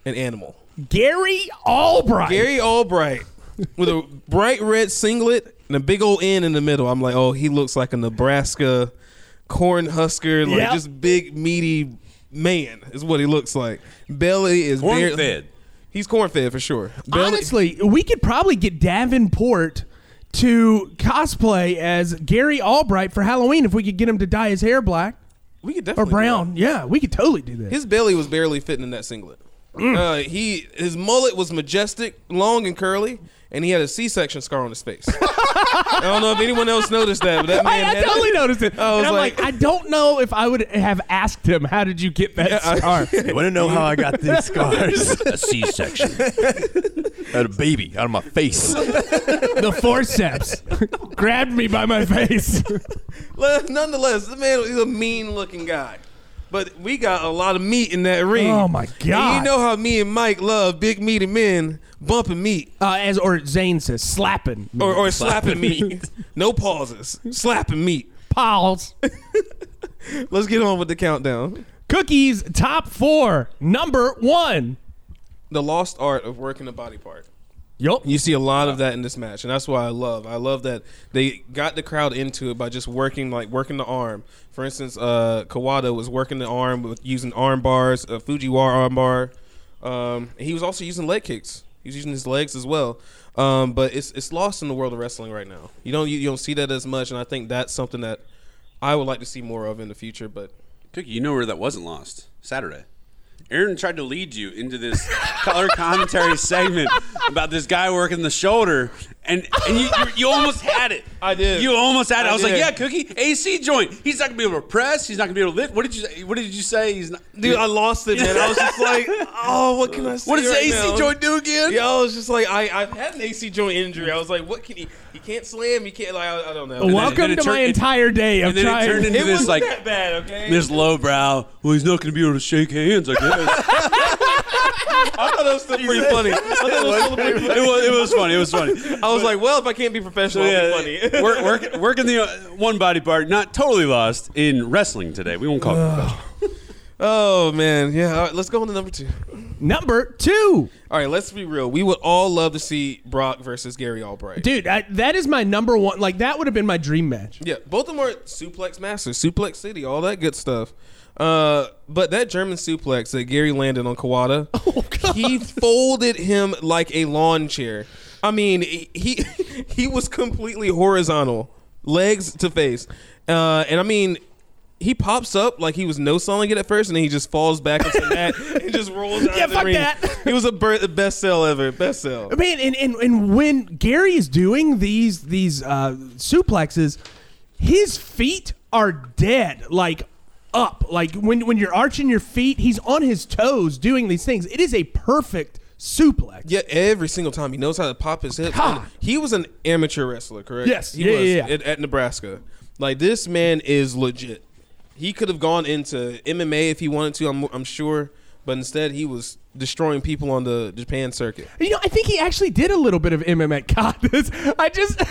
[SPEAKER 6] an animal.
[SPEAKER 2] Gary Albright.
[SPEAKER 6] Gary Albright with a bright red singlet and a big old N in the middle. I'm like, oh, he looks like a Nebraska corn husker, like
[SPEAKER 2] Yep.
[SPEAKER 6] just big, meaty man is what he looks like. Belly is
[SPEAKER 3] Corn
[SPEAKER 6] bare-
[SPEAKER 3] fed.
[SPEAKER 6] He's corn fed for sure. Belly-
[SPEAKER 2] Honestly, we could probably get Davenport to cosplay as Gary Albright for Halloween if we could get him to dye his hair black
[SPEAKER 6] we
[SPEAKER 2] or
[SPEAKER 6] could definitely do that.
[SPEAKER 2] brown. Yeah, we could totally do that.
[SPEAKER 6] His belly was barely fitting in that singlet. Uh, he his mullet was majestic, long and curly, and he had a C-section scar on his face. I don't know if anyone else noticed that, but that man
[SPEAKER 2] I, I
[SPEAKER 6] had-
[SPEAKER 2] totally noticed it.
[SPEAKER 6] I was
[SPEAKER 2] and I'm like,
[SPEAKER 6] like-
[SPEAKER 2] I don't know if I would have asked him, how did you get that scar?
[SPEAKER 1] You want to know how I got these scars?
[SPEAKER 3] A C-section.
[SPEAKER 1] I had a baby out of my face.
[SPEAKER 2] the forceps grabbed me by my face.
[SPEAKER 6] Le- Nonetheless, the man is a mean-looking guy, but we got a lot of meat in that ring.
[SPEAKER 2] Oh, my
[SPEAKER 6] And
[SPEAKER 2] God.
[SPEAKER 6] you know how me and Mike love big meaty men bumping meat
[SPEAKER 2] Uh, as or Zane says, slapping
[SPEAKER 6] or, or slapping meat. no pauses, slapping meat.
[SPEAKER 2] pals.
[SPEAKER 6] Let's get on with the countdown.
[SPEAKER 2] Cookies top four, number one.
[SPEAKER 6] The lost art of working a body part.
[SPEAKER 2] Yup.
[SPEAKER 6] You see a lot of that in this match, and that's why I love. I love that they got the crowd into it by just working, like working the arm. For instance, uh, Kawada was working the arm with using arm bars, a Fujiwara arm bar. Um, and he was also using leg kicks. He was using his legs as well. Um, but it's it's lost in the world of wrestling right now. You don't you, you don't see that as much, and I think that's something that I would like to see more of in the future. But
[SPEAKER 3] Cookie, you know where that wasn't lost? Saturday. Aaron tried to lead you into this color commentary segment about this guy working the shoulder, and, and you, you, you almost had it.
[SPEAKER 6] I did.
[SPEAKER 3] You almost had it. I,
[SPEAKER 6] I
[SPEAKER 3] was like,
[SPEAKER 6] did.
[SPEAKER 3] "Yeah, Cookie, AC joint. He's not gonna be able to press. He's not gonna be able to lift. What did you? say- What did you say? He's not.
[SPEAKER 6] dude, I lost it, man. I was just like, oh, what can I say?
[SPEAKER 3] what does the
[SPEAKER 6] right
[SPEAKER 3] AC
[SPEAKER 6] now?
[SPEAKER 3] joint do again?
[SPEAKER 6] Yeah, I was just like, I, I've had an AC joint injury. I was like, what can he? He can't slam. He can't. Like, I, I don't know.
[SPEAKER 3] Well,
[SPEAKER 2] Welcome
[SPEAKER 3] then it
[SPEAKER 2] to
[SPEAKER 3] turned-
[SPEAKER 2] my entire day of
[SPEAKER 3] And then it
[SPEAKER 2] trying.
[SPEAKER 3] turned into
[SPEAKER 6] it
[SPEAKER 3] this
[SPEAKER 6] was
[SPEAKER 3] like
[SPEAKER 6] that bad. Okay.
[SPEAKER 3] this lowbrow. Well, he's not gonna be able to shake hands. I guess
[SPEAKER 6] I thought that was still pretty funny. I thought that was still pretty
[SPEAKER 3] it
[SPEAKER 6] funny.
[SPEAKER 3] was. It was funny. It was funny.
[SPEAKER 6] I was like, well, if I can't be professional, I'll be
[SPEAKER 3] Yeah,
[SPEAKER 6] funny.
[SPEAKER 3] work, work, working the uh, one body part, not totally lost in wrestling today. We won't call it professional.
[SPEAKER 6] oh man, yeah. All right, let's go on to number two.
[SPEAKER 2] Number two.
[SPEAKER 6] All right, let's be real. We would all love to see Brock versus Gary Albright.
[SPEAKER 2] Dude, I, that is my number one. Like, that would have been my dream match.
[SPEAKER 6] Yeah, both of them are suplex masters, suplex city, all that good stuff. Uh, but that German suplex that Gary landed on Kawada,
[SPEAKER 2] Oh,
[SPEAKER 6] he folded him like a lawn chair. I mean, he he, he was completely horizontal, legs to face, uh, and I mean. He pops up like he was no selling it at first, and then he just falls back into that and just rolls out
[SPEAKER 2] Yeah,
[SPEAKER 6] of the
[SPEAKER 2] fuck
[SPEAKER 6] ring.
[SPEAKER 2] that.
[SPEAKER 6] He was a ber- best sell ever, best sell.
[SPEAKER 2] Man, and, and, and when Gary is doing these these uh, suplexes, his feet are dead, like up. Like when, when you're arching your feet, he's on his toes doing these things. It is a perfect suplex.
[SPEAKER 6] Yeah, every single time he knows how to pop his hips. And
[SPEAKER 2] God.
[SPEAKER 6] He was an amateur wrestler, correct?
[SPEAKER 2] Yes.
[SPEAKER 6] he
[SPEAKER 2] Yeah,
[SPEAKER 6] was
[SPEAKER 2] yeah, yeah.
[SPEAKER 6] At, at Nebraska. Like this man is legit. He could have gone into MMA if he wanted to. I'm, I'm sure, but instead he was destroying people on the Japan circuit.
[SPEAKER 2] You know, I think he actually did a little bit of MMA. God, this, I just.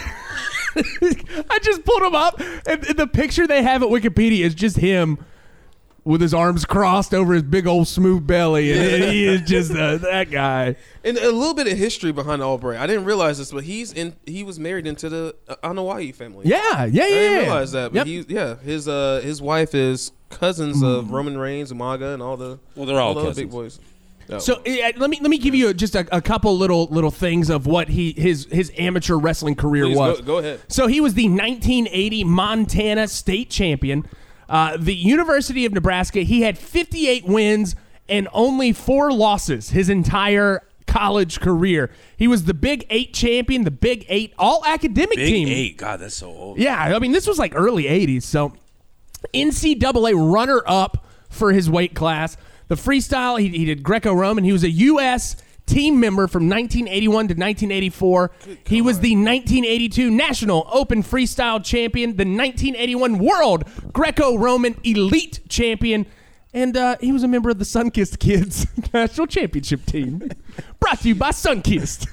[SPEAKER 2] I just pulled him up, and the picture they have at Wikipedia is just him with his arms crossed over his big old smooth belly, and, and he is just uh, that guy.
[SPEAKER 6] And a little bit of history behind Albright. I didn't realize this, but he's in. He was married into the uh, Anawai family.
[SPEAKER 2] Yeah, yeah, yeah.
[SPEAKER 6] I didn't realize that. But he, yeah, his uh, his wife is cousins
[SPEAKER 2] Mm.
[SPEAKER 6] of Roman Reigns, Umaga, and all the
[SPEAKER 3] Well, they're all
[SPEAKER 6] the other big boys.
[SPEAKER 3] cousins.
[SPEAKER 6] No.
[SPEAKER 2] So eh, eh, let me let me give you just a, a couple little little things of what he his his amateur wrestling career
[SPEAKER 6] Please,
[SPEAKER 2] was.
[SPEAKER 6] go- go ahead.
[SPEAKER 2] So he was the 1980 Montana state champion. Uh, the University of Nebraska. He had 58 wins and only four losses his entire college career. He was the Big Eight champion, the Big Eight all academic
[SPEAKER 3] Big
[SPEAKER 2] team.
[SPEAKER 3] eight. God, that's so old.
[SPEAKER 2] Yeah, I mean, this was like early 80s. So, NCAA runner up for his weight class. The freestyle, he, he did Greco Roman. He was a U.S. team member from 1981 to 1984. He was the 1982 National Open Freestyle Champion, the 1981 World Greco Roman Elite Champion. And uh, he was a member of the Sunkist Kids National Championship team. Brought to you by Sunkist.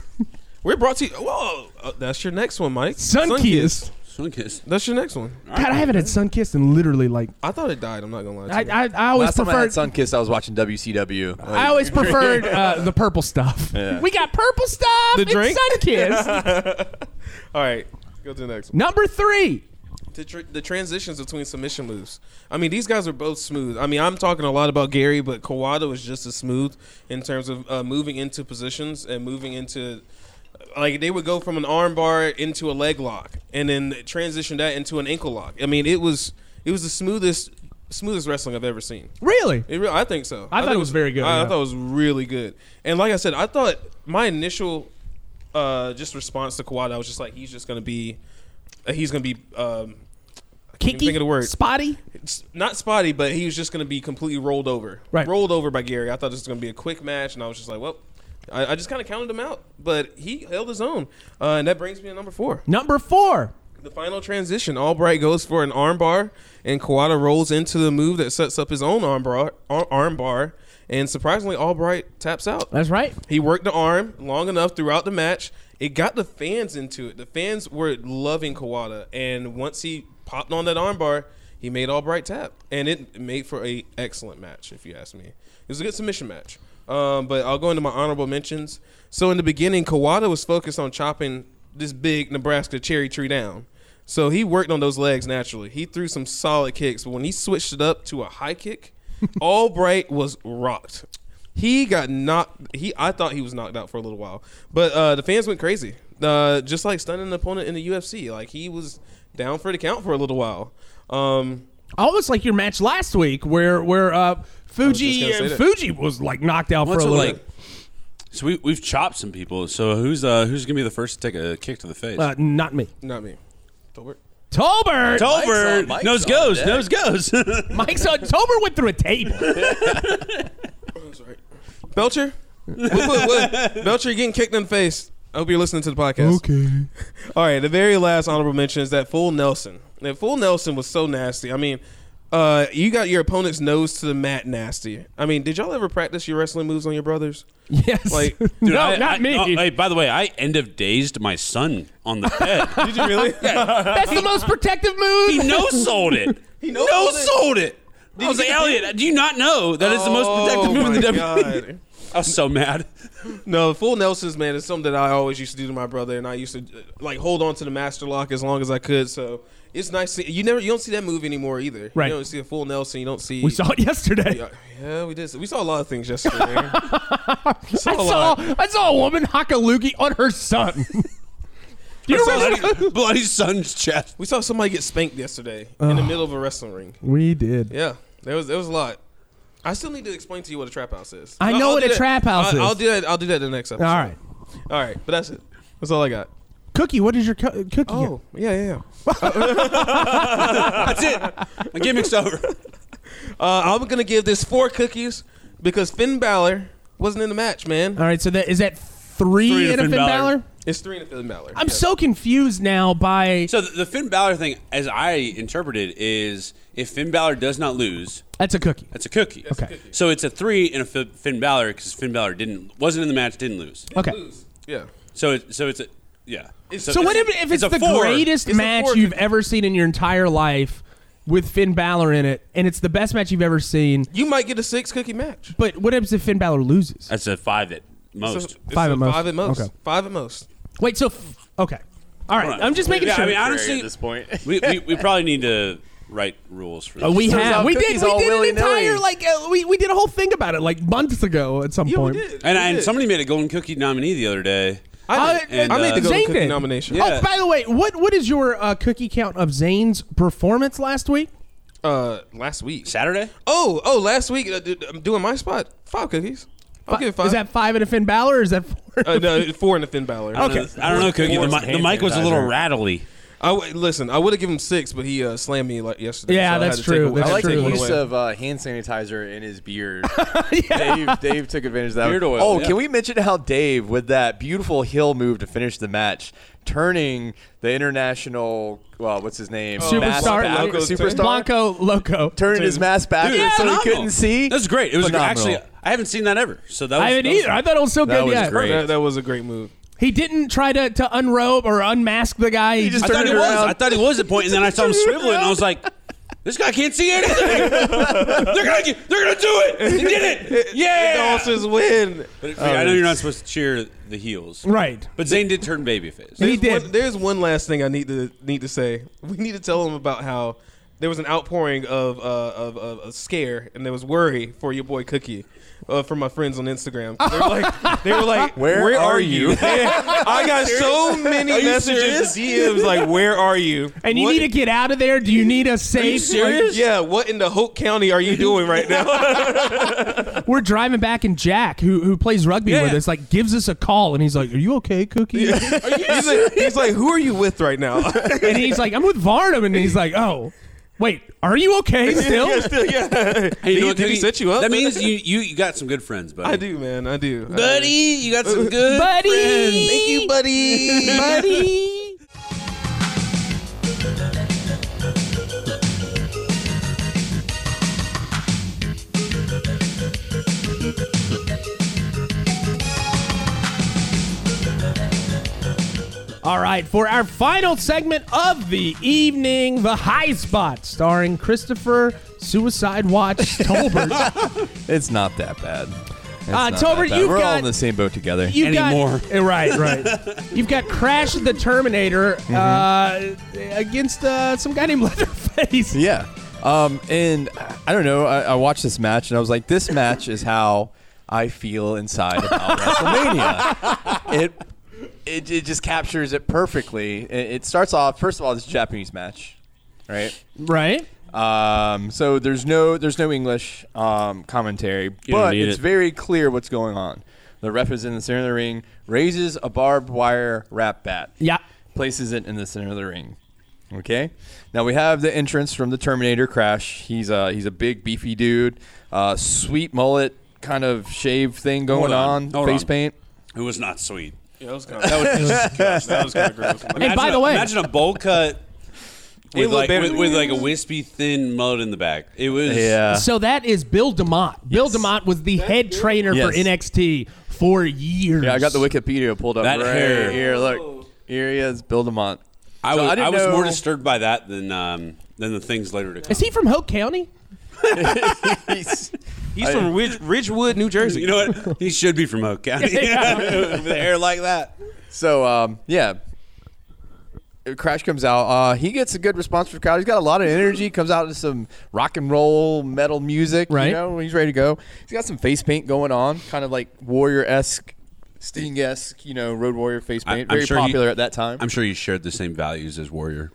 [SPEAKER 6] We're brought to you. Whoa, uh, that's your next one, Mike.
[SPEAKER 2] Sunkist.
[SPEAKER 3] Son kiss.
[SPEAKER 6] That's your next one.
[SPEAKER 2] God, I haven't had Sunkist in literally like
[SPEAKER 6] I thought it died. I'm not gonna lie.
[SPEAKER 2] I,
[SPEAKER 6] To you.
[SPEAKER 2] I, I always
[SPEAKER 1] Last time I
[SPEAKER 2] preferred.
[SPEAKER 1] had Sunkist, I was watching WCW. Like,
[SPEAKER 2] I always preferred uh, the purple stuff. We got purple stuff.
[SPEAKER 6] The
[SPEAKER 2] and
[SPEAKER 6] drink?
[SPEAKER 2] Sunkist.
[SPEAKER 6] All right, go to the next one.
[SPEAKER 2] Number three.
[SPEAKER 6] The, tr- the transitions between submission moves. I mean, these guys are both smooth. I mean, I'm talking a lot about Gary, but Kawada was just as smooth in terms of uh, moving into positions and moving into. Like they would go from an arm bar into a leg lock, and then transition that into an ankle lock. I mean, it was it was the smoothest smoothest wrestling I've ever seen.
[SPEAKER 2] Really?
[SPEAKER 6] It real, I think so.
[SPEAKER 2] I thought it was very good,
[SPEAKER 6] I, I
[SPEAKER 2] yeah.
[SPEAKER 6] thought it was really good. And like I said, I thought my initial uh, just response to Kawada, I was just like, he's just gonna be, uh, he's gonna be, um, can't even
[SPEAKER 2] Kinky.
[SPEAKER 6] think of the word.
[SPEAKER 2] Spotty.
[SPEAKER 6] it's not spotty, but he was just gonna be completely rolled over,
[SPEAKER 2] Right.
[SPEAKER 6] Rolled over by Gary. I thought this was gonna be a quick match, and I was just like, well, I, I just kind of counted him out, but he held his own, uh, and that brings me to number four.
[SPEAKER 2] Number four.
[SPEAKER 6] The final transition. Albright goes for an armbar, and Kawada rolls into the move that sets up his own armbar. ar- Armbar, and surprisingly, Albright taps out.
[SPEAKER 2] That's right.
[SPEAKER 6] He worked the arm long enough throughout the match. It got the fans into it. The fans were loving Kawada, and once he popped on that armbar, he made Albright tap, and it made for a excellent match, if you ask me. It was a good submission match. Um, but I'll go into my honorable mentions. So in the beginning, Kawada was focused on chopping this big Nebraska cherry tree down. So he worked on those legs naturally. He threw some solid kicks, but when he switched it up to a high kick, Albright was rocked. He got knocked. He I thought he was knocked out for a little while, but uh, the fans went crazy. Uh, just like stunning an opponent in the UFC, like he was down for the count for a little while. Um,
[SPEAKER 2] Almost like your match last week, where where uh, Fuji
[SPEAKER 6] just gonna say
[SPEAKER 2] uh,
[SPEAKER 6] that.
[SPEAKER 2] Fuji was like knocked out for a
[SPEAKER 3] so
[SPEAKER 2] little.
[SPEAKER 3] like? So we we've chopped some people. So who's uh who's gonna be the first to take a kick to the face?
[SPEAKER 2] uh, not me.
[SPEAKER 6] not me. Tolbert.
[SPEAKER 2] Tolbert.
[SPEAKER 3] Tolbert.
[SPEAKER 1] Mike's on- Mike's
[SPEAKER 3] Nose
[SPEAKER 1] on
[SPEAKER 3] goes.
[SPEAKER 1] deck.
[SPEAKER 3] Nose goes.
[SPEAKER 2] Mike's on. Tolbert went through a table.
[SPEAKER 6] Belcher. What- what- what- Belcher, you're getting kicked in the face. I hope you're listening to the podcast.
[SPEAKER 2] Okay.
[SPEAKER 6] All right, the very last honorable mention is that full Nelson. That full Nelson was so nasty. I mean, uh, you got your opponent's nose to the mat nasty. I mean, did y'all ever practice your wrestling moves on your brothers?
[SPEAKER 2] Yes.
[SPEAKER 6] Like-
[SPEAKER 3] Dude,
[SPEAKER 2] no,
[SPEAKER 3] I- I-
[SPEAKER 2] not me.
[SPEAKER 3] oh, hey, by the way, I end of dazed my son on the bed.
[SPEAKER 6] Did you really?
[SPEAKER 2] That's the most protective move.
[SPEAKER 3] he no sold it. He
[SPEAKER 6] no-sold
[SPEAKER 3] no
[SPEAKER 6] it.
[SPEAKER 3] sold it. I was like, Elliot, do you not know that it's the most protective move in the WWE?
[SPEAKER 6] Oh God.
[SPEAKER 3] I was so mad.
[SPEAKER 6] No, full Nelsons, man, is something that I always used to do to my brother, and I used to uh, like hold on to the master lock as long as I could. So it's nice. To, you never, you don't see that move anymore either.
[SPEAKER 2] Right.
[SPEAKER 6] You don't see a full Nelson. You don't see.
[SPEAKER 2] We saw it yesterday.
[SPEAKER 6] Yeah, yeah, we did. We saw a lot of things yesterday. We saw
[SPEAKER 2] I
[SPEAKER 6] a lot.
[SPEAKER 2] saw I saw a woman Hakalugi on her son. Do you remember?
[SPEAKER 3] bloody, bloody son's chest.
[SPEAKER 6] We saw somebody get spanked yesterday in the middle of a wrestling ring.
[SPEAKER 2] We did.
[SPEAKER 6] Yeah, there was there was a lot. I still need to explain to you what a trap house is.
[SPEAKER 2] I know
[SPEAKER 6] I'll
[SPEAKER 2] what
[SPEAKER 6] do
[SPEAKER 2] a
[SPEAKER 6] that-
[SPEAKER 2] trap house
[SPEAKER 6] I'll- I'll
[SPEAKER 2] is.
[SPEAKER 6] do that. I'll do that the next episode.
[SPEAKER 2] All right.
[SPEAKER 6] all right. But that's it. That's all I got.
[SPEAKER 2] Cookie, what is your co- cookie?
[SPEAKER 6] Oh yeah, yeah. yeah.
[SPEAKER 3] That's it. My gimmick's over.
[SPEAKER 6] Uh, I'm gonna give this four cookies because Finn Balor Wasn't in the match, man.
[SPEAKER 2] All right, so that is that three,
[SPEAKER 3] Three to
[SPEAKER 2] in a
[SPEAKER 3] Finn
[SPEAKER 2] Finn Balor?
[SPEAKER 3] Balor.
[SPEAKER 6] It's three to Finn Balor.
[SPEAKER 2] I'm so confused now by
[SPEAKER 3] So the, the Finn Balor thing, as I interpret it, is if Finn Balor does not lose,
[SPEAKER 2] that's a cookie.
[SPEAKER 3] that's a cookie.
[SPEAKER 2] a Okay. cookie.
[SPEAKER 3] So it's a three in a Fi- Finn Balor because Finn Balor didn't wasn't in the match, didn't lose.
[SPEAKER 2] Okay.
[SPEAKER 6] yeah.
[SPEAKER 3] So it, so it's a yeah.
[SPEAKER 2] So what if, if it's,
[SPEAKER 3] a
[SPEAKER 2] the
[SPEAKER 3] four.
[SPEAKER 2] greatest
[SPEAKER 6] It's a
[SPEAKER 2] match
[SPEAKER 6] four.
[SPEAKER 2] you've ever seen in your entire life with Finn Balor in it, and it's the best match you've ever seen?
[SPEAKER 6] You might get a six cookie match.
[SPEAKER 2] But what happens if Finn Balor loses?
[SPEAKER 3] That's a five at
[SPEAKER 6] So
[SPEAKER 3] most.
[SPEAKER 6] it's
[SPEAKER 2] Five
[SPEAKER 6] a
[SPEAKER 2] at most.
[SPEAKER 6] Five at most.
[SPEAKER 2] Okay.
[SPEAKER 6] Five at most.
[SPEAKER 2] Wait, so f- okay, all right.
[SPEAKER 3] Hold on.
[SPEAKER 2] I'm just making
[SPEAKER 3] Yeah,
[SPEAKER 2] sure.
[SPEAKER 3] I mean,
[SPEAKER 1] at
[SPEAKER 3] honestly,
[SPEAKER 1] this point.
[SPEAKER 3] we, we, we probably need to write rules for this.
[SPEAKER 2] Uh, we
[SPEAKER 1] Turns
[SPEAKER 2] have
[SPEAKER 1] out
[SPEAKER 2] we did
[SPEAKER 1] cookies
[SPEAKER 2] we
[SPEAKER 1] all
[SPEAKER 2] did an
[SPEAKER 1] willy-nilly.
[SPEAKER 2] entire like uh, we we did a whole thing about it like months ago at some
[SPEAKER 6] Yeah, we
[SPEAKER 2] point.
[SPEAKER 6] did.
[SPEAKER 3] and,
[SPEAKER 6] We
[SPEAKER 3] and
[SPEAKER 6] did.
[SPEAKER 3] somebody made a golden cookie nominee the other day.
[SPEAKER 6] I,
[SPEAKER 2] Uh,
[SPEAKER 6] did.
[SPEAKER 3] and,
[SPEAKER 6] I made the
[SPEAKER 3] uh,
[SPEAKER 6] golden
[SPEAKER 2] Zayn
[SPEAKER 6] cookie
[SPEAKER 2] did.
[SPEAKER 6] nomination.
[SPEAKER 3] Yeah.
[SPEAKER 2] Oh, by the way, what what is your uh, cookie count of Zane's performance last week?
[SPEAKER 6] Uh, last week.
[SPEAKER 3] Saturday?
[SPEAKER 6] Oh, oh, last week uh, dude, I'm doing my spot. Five cookies. I'll give it five.
[SPEAKER 2] Is that five and a Finn Balor? Or is that four?
[SPEAKER 6] uh, no, four in the Finn Balor.
[SPEAKER 3] I don't know- I don't know, Cookie. The, mi- the mic was a little rattly.
[SPEAKER 6] I w- listen. I would have given him six, but he uh, slammed me like yesterday.
[SPEAKER 2] Yeah,
[SPEAKER 6] so I had
[SPEAKER 2] that's
[SPEAKER 6] to take
[SPEAKER 2] true.
[SPEAKER 6] it-
[SPEAKER 2] That's
[SPEAKER 1] I like
[SPEAKER 6] had to
[SPEAKER 1] the
[SPEAKER 6] take
[SPEAKER 2] true.
[SPEAKER 6] it
[SPEAKER 1] use
[SPEAKER 6] away.
[SPEAKER 1] of uh, hand sanitizer in his beard. Dave, Dave took advantage of that.
[SPEAKER 3] Beard oil,
[SPEAKER 1] oh,
[SPEAKER 3] yeah.
[SPEAKER 1] can we mention how Dave, with that beautiful heel move to finish the match, turning the international, well, what's his name, Mask
[SPEAKER 2] Superstar.
[SPEAKER 1] back-
[SPEAKER 6] Loco-
[SPEAKER 1] superstar,
[SPEAKER 2] Blanco Loco.
[SPEAKER 1] turning his mask backwards
[SPEAKER 3] Dude,
[SPEAKER 1] so he
[SPEAKER 3] phenomenal.
[SPEAKER 1] couldn't see.
[SPEAKER 3] That's great. It was
[SPEAKER 1] Phenomenal.
[SPEAKER 3] actually I haven't seen that ever. So that was,
[SPEAKER 2] I haven't
[SPEAKER 3] that was-
[SPEAKER 2] either. I thought it was so
[SPEAKER 1] That
[SPEAKER 2] good.
[SPEAKER 1] was
[SPEAKER 2] yeah,
[SPEAKER 1] great.
[SPEAKER 6] That, that was a great move.
[SPEAKER 2] he didn't try to, to unrobe or unmask the guy. He
[SPEAKER 1] just
[SPEAKER 3] I thought
[SPEAKER 1] turned
[SPEAKER 3] he
[SPEAKER 1] it
[SPEAKER 3] was.
[SPEAKER 1] around.
[SPEAKER 3] I thought he was at point, and then I saw him swiveling, and I was like, "This guy can't see anything. they're gonna, get- they're gonna do it. He did it. Yeah."
[SPEAKER 6] The Dolphins win.
[SPEAKER 3] But I know you're not supposed to cheer the heels,
[SPEAKER 2] right.
[SPEAKER 3] But Zayn did turn babyface.
[SPEAKER 2] He
[SPEAKER 6] There's
[SPEAKER 2] did.
[SPEAKER 6] One, there's one last thing I need to need to say. We need to tell him about how there was an outpouring of uh, of, of a scare and there was worry for your boy Cookie. Uh, from my friends on Instagram, they were like, they were like,
[SPEAKER 1] Where are you?"
[SPEAKER 6] I got so many messages, DMs, like, "Where are you?"
[SPEAKER 2] And you
[SPEAKER 6] What-
[SPEAKER 2] need to get out of there. Do you need a safe?
[SPEAKER 3] serious?
[SPEAKER 6] yeah. What in the Hope County are you doing right now?
[SPEAKER 2] We're driving back, and Jack, who who plays rugby
[SPEAKER 3] Yeah.
[SPEAKER 2] with us, like gives us a call, and he's like, "Are you okay, Cookie?"
[SPEAKER 6] he's, like, he's like, "Who are you with right now?"
[SPEAKER 2] and he's like, "I'm with Varnum," and he's like, "Oh, wait, are you okay still?"
[SPEAKER 3] Hey,
[SPEAKER 6] Did
[SPEAKER 3] know
[SPEAKER 6] he-
[SPEAKER 3] what,
[SPEAKER 6] did he
[SPEAKER 3] Cookie?
[SPEAKER 6] set you up?
[SPEAKER 3] That means you, you you got some good friends, buddy.
[SPEAKER 6] I do, man. I do, I do.
[SPEAKER 3] buddy. You got some good
[SPEAKER 2] Buddy.
[SPEAKER 3] friends.
[SPEAKER 2] Thank you,
[SPEAKER 3] buddy.
[SPEAKER 2] buddy. All right, for our final segment of the evening, The High Spot, starring Christopher Suicide Watch Tolbert.
[SPEAKER 1] It's not that bad. It's not
[SPEAKER 2] Tobert,
[SPEAKER 1] that bad.
[SPEAKER 2] Uh, you've
[SPEAKER 1] We're all
[SPEAKER 2] got-
[SPEAKER 1] in the same boat together.
[SPEAKER 2] You've
[SPEAKER 3] Anymore.
[SPEAKER 2] Got, eh, right, right. You've got Crash the Terminator
[SPEAKER 3] Mm-hmm.
[SPEAKER 2] uh, against uh, some guy named Leatherface.
[SPEAKER 1] Yeah. Um, and I don't know. I, I watched this match and I was like, this match is how I feel inside about WrestleMania. It, it it just captures it perfectly. It, it starts off first of all, this is a Japanese match, right?
[SPEAKER 2] Right?
[SPEAKER 1] Um, so there's no there's no English um, commentary,
[SPEAKER 3] don't
[SPEAKER 1] but
[SPEAKER 3] need
[SPEAKER 1] it's
[SPEAKER 3] it.
[SPEAKER 1] very clear what's going on. The ref is in the center of the ring, raises a barbed wire wrap bat
[SPEAKER 2] Yeah.
[SPEAKER 1] places it in the center of the ring. Okay. Now we have the entrance from the Terminator crash. He's a he's a big beefy dude, uh, sweet mullet kind of shave thing going
[SPEAKER 3] Hold on,
[SPEAKER 1] on,
[SPEAKER 3] hold
[SPEAKER 1] face
[SPEAKER 3] on.
[SPEAKER 1] paint.
[SPEAKER 3] It was not sweet.
[SPEAKER 6] Yeah, that was kind of gross. That was kind of gross.
[SPEAKER 2] And by
[SPEAKER 3] Imagine
[SPEAKER 2] the
[SPEAKER 3] a-
[SPEAKER 2] way-
[SPEAKER 3] imagine a bowl cut with
[SPEAKER 6] looked
[SPEAKER 3] like,
[SPEAKER 6] better
[SPEAKER 3] with,
[SPEAKER 6] than
[SPEAKER 3] with
[SPEAKER 6] we
[SPEAKER 3] like a wispy thin mullet in the back. It was
[SPEAKER 2] So that is Bill DeMott. Bill DeMott was the head trainer for
[SPEAKER 1] Yes.
[SPEAKER 2] NXT for years.
[SPEAKER 1] Yeah, I got the Wikipedia pulled up
[SPEAKER 3] That
[SPEAKER 1] right
[SPEAKER 3] hair.
[SPEAKER 1] here. Look, here he is, Bill Demont.
[SPEAKER 3] I
[SPEAKER 1] So
[SPEAKER 3] was,
[SPEAKER 1] I
[SPEAKER 3] I
[SPEAKER 1] didn't
[SPEAKER 3] was
[SPEAKER 1] know-
[SPEAKER 3] more disturbed by that than um, than the things later to come.
[SPEAKER 2] Is he from Hope County?
[SPEAKER 1] He's-
[SPEAKER 6] He's from Ridge, Ridgewood, New Jersey.
[SPEAKER 3] You know what? He should be from Oak County. With hair like that.
[SPEAKER 1] so um, yeah. Crash comes out. Uh, he gets a good response from the crowd. He's got a lot of energy. Comes out to some rock and roll metal music.
[SPEAKER 2] Right.
[SPEAKER 1] You know, he's ready to go. He's got some face paint going on, kind of like warrior esque, Sting esque. You know, Road Warrior face
[SPEAKER 3] I-
[SPEAKER 1] paint.
[SPEAKER 3] I'm
[SPEAKER 1] Very
[SPEAKER 3] sure he-
[SPEAKER 1] popular at that time.
[SPEAKER 3] I'm sure you shared the same values as Warrior.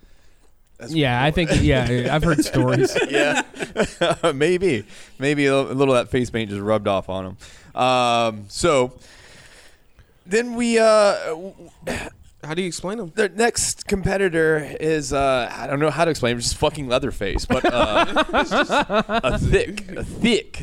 [SPEAKER 2] yeah, I think. Yeah, I've heard stories.
[SPEAKER 1] yeah, maybe, maybe a little of that face paint just rubbed off on him. Um, so then we uh,
[SPEAKER 6] How do you explain them?
[SPEAKER 1] their next competitor is uh, I don't know how to explain. it, Just fucking Leatherface, but uh, it's just a thick, a thick,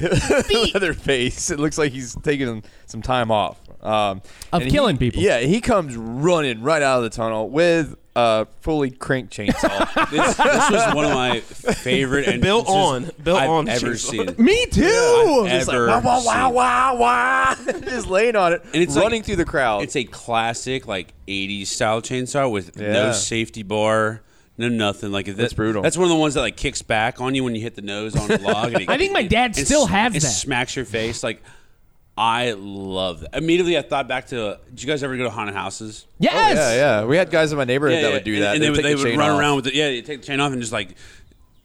[SPEAKER 1] Leatherface. It looks like he's taking some time off um,
[SPEAKER 2] Of
[SPEAKER 1] and he-
[SPEAKER 2] killing people.
[SPEAKER 1] Yeah, he comes running right out of the tunnel with a fully cranked chainsaw.
[SPEAKER 3] This, this was one of my favorite and
[SPEAKER 6] Built on. Built
[SPEAKER 3] I've
[SPEAKER 6] on
[SPEAKER 3] ever
[SPEAKER 6] chainsaw.
[SPEAKER 3] seen.
[SPEAKER 2] Me too.
[SPEAKER 3] I've
[SPEAKER 1] Just like
[SPEAKER 3] ever
[SPEAKER 1] wow, wow, wow,
[SPEAKER 3] seen.
[SPEAKER 1] wow, wow, just laying on it
[SPEAKER 3] And it's like-
[SPEAKER 1] running through the crowd.
[SPEAKER 3] It's a classic like '80s style chainsaw with
[SPEAKER 1] Yeah.
[SPEAKER 3] no safety bar, no nothing. Like that-
[SPEAKER 1] That's brutal.
[SPEAKER 3] That's one of the ones that like kicks back on you when you hit the nose on a log. And it,
[SPEAKER 2] I think my dad
[SPEAKER 3] it
[SPEAKER 2] still
[SPEAKER 3] s-
[SPEAKER 2] has
[SPEAKER 3] it
[SPEAKER 2] that.
[SPEAKER 3] Smacks your face like. I love that. Immediately, I thought back to. did you guys ever go to haunted houses?
[SPEAKER 2] Yes.
[SPEAKER 1] Oh, yeah, yeah. We had guys in my neighborhood that would do
[SPEAKER 3] and-
[SPEAKER 1] that.
[SPEAKER 3] And, they
[SPEAKER 1] They'd
[SPEAKER 3] would,
[SPEAKER 1] take
[SPEAKER 3] they
[SPEAKER 1] the
[SPEAKER 3] would
[SPEAKER 1] chain
[SPEAKER 3] run
[SPEAKER 1] off.
[SPEAKER 3] around with it. Yeah, they take the chain off and just like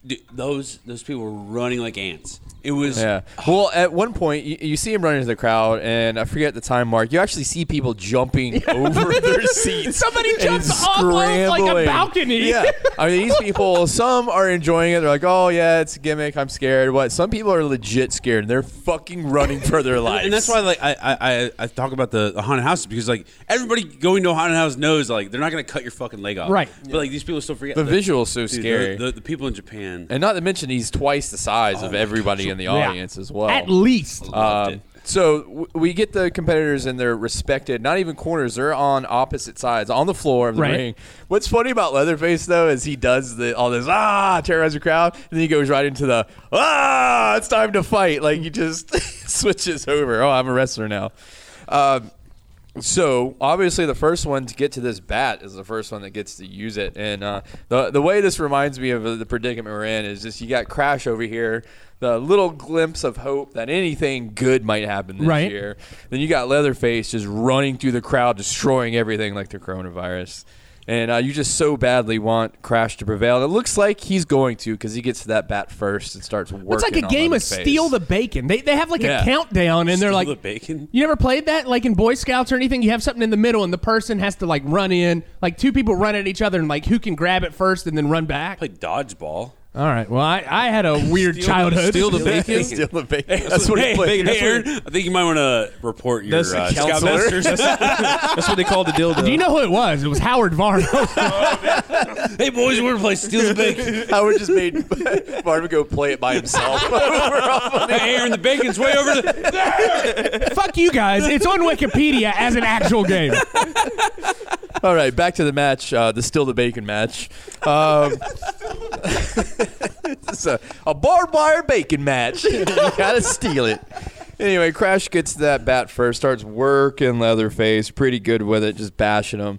[SPEAKER 3] dude, those those people were running like ants. It was
[SPEAKER 1] Yeah. Well, at one point, you, you see him running into the crowd, and I forget the time mark. You actually see people jumping over their seats.
[SPEAKER 2] Somebody
[SPEAKER 1] and
[SPEAKER 2] jumps off of, like, a
[SPEAKER 1] scrambling.
[SPEAKER 2] balcony.
[SPEAKER 1] Yeah. I mean, these people, some are enjoying it. They're like, oh, yeah, it's a gimmick. I'm scared. What? Some people are legit scared, and they're fucking running for their lives.
[SPEAKER 3] And that's why, like, I I, I, I talk about the, the haunted houses because, like, everybody going to a haunted house knows, like, they're not going to cut your fucking leg off,
[SPEAKER 2] Right.
[SPEAKER 3] But like, these people still forget
[SPEAKER 1] the
[SPEAKER 3] that-
[SPEAKER 1] visual is so
[SPEAKER 3] dude,
[SPEAKER 1] scary.
[SPEAKER 3] The, the, the people in Japan,
[SPEAKER 1] and not to mention, he's twice the size of
[SPEAKER 3] my
[SPEAKER 1] everybody in the
[SPEAKER 2] Oh Yeah.
[SPEAKER 1] audience as well.
[SPEAKER 2] At least.
[SPEAKER 3] loved
[SPEAKER 1] Um,
[SPEAKER 3] it.
[SPEAKER 1] so w- we get the competitors in their respected, not even corners. They're on opposite sides on the floor of the
[SPEAKER 2] Right.
[SPEAKER 1] ring. What's funny about Leatherface though is he does the, all this ah terrorize the crowd, and then he goes right into the ah it's time to fight. Like he just switches over. Oh, I'm a wrestler now. Um, so obviously, the first one to get to this bat is the first one that gets to use it. And uh, the the way this reminds me of uh, the predicament we're in is just you got Crash over here, the little glimpse of hope that anything good might happen this
[SPEAKER 2] Right.
[SPEAKER 1] year. Then you got Leatherface just running through the crowd, destroying everything like the coronavirus. And uh, you just so badly want Crash to prevail. And it looks like he's going to because he gets to that bat first and starts working.
[SPEAKER 2] It's like a
[SPEAKER 1] on
[SPEAKER 2] game of
[SPEAKER 1] Leatherface.
[SPEAKER 2] steal the bacon. They, they have like
[SPEAKER 1] Yeah.
[SPEAKER 2] a countdown, and they're
[SPEAKER 3] Steal
[SPEAKER 2] like
[SPEAKER 3] the bacon?
[SPEAKER 2] You never played that, like in Boy Scouts or anything. You have something in the middle, and the person has to like run in. Like two people run at each other, and like who can grab it first and then run back.
[SPEAKER 3] played dodgeball.
[SPEAKER 2] All right. Well, I, I had a weird childhood.
[SPEAKER 6] steal the bacon.
[SPEAKER 1] steal the bacon. That's what
[SPEAKER 3] hey,
[SPEAKER 1] he played.
[SPEAKER 3] Hey, Aaron, I think you might want to report your
[SPEAKER 6] That's
[SPEAKER 3] uh,
[SPEAKER 6] the counselor. That's, that's what they call the dildo.
[SPEAKER 2] Do you know who it was? It was Howard Varno.
[SPEAKER 3] scout- Hey, boys, we're gonna play steal the bacon.
[SPEAKER 1] Howard just made Marvin go play it by himself.
[SPEAKER 3] hey, Aaron, the bacon's way over. The-
[SPEAKER 2] Fuck you guys. It's on Wikipedia as an actual game.
[SPEAKER 1] All right, back to the match, uh, the still the bacon match. Um, it's a, a barbed wire bacon match. you gotta steal it. Anyway, Crash gets to that bat first, starts working Leatherface, pretty good with it, just bashing him.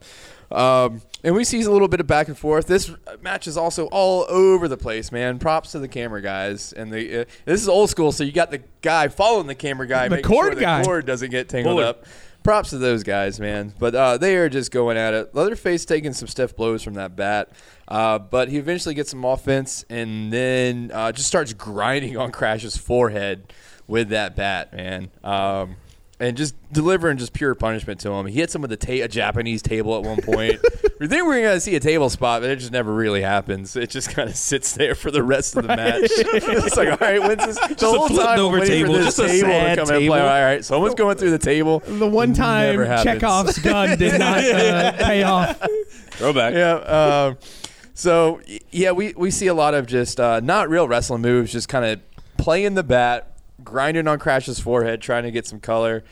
[SPEAKER 1] Um, and we see a little bit of back and forth. This match is also all over the place, man. Props to the camera guys. And the uh, this is old school, so you got the guy following the camera guy,
[SPEAKER 2] The
[SPEAKER 1] making sure
[SPEAKER 2] cord guy.
[SPEAKER 1] the cord doesn't get tangled
[SPEAKER 3] Bullard.
[SPEAKER 1] up. Props to those guys, man. But uh, they are just going at it. Leatherface taking some stiff blows from that bat, uh, but he eventually gets some offense and then uh, just starts grinding on Crash's forehead with that bat, man. Um, and just delivering just pure punishment to him. He hits him with a, ta- a Japanese table at one point. we think we are gonna see a table spot, but it just never really happens. It just kind of sits there for the rest of the match. it's like, all right, when's this? Just the
[SPEAKER 6] a
[SPEAKER 1] whole
[SPEAKER 6] flipped
[SPEAKER 1] time I'm
[SPEAKER 6] over
[SPEAKER 1] waiting for
[SPEAKER 6] table,
[SPEAKER 1] this
[SPEAKER 6] just a
[SPEAKER 1] table to
[SPEAKER 6] sad
[SPEAKER 1] come in and play.
[SPEAKER 6] table.
[SPEAKER 1] All right, someone's going through the table.
[SPEAKER 2] The one time
[SPEAKER 1] Never happens.
[SPEAKER 2] Chekhov's gun did not uh, pay off.
[SPEAKER 3] Throwback.
[SPEAKER 1] yeah. Um, so y- yeah, we we see a lot of just uh, not real wrestling moves, just kind of playing the bat, grinding on Crash's forehead, trying to get some color.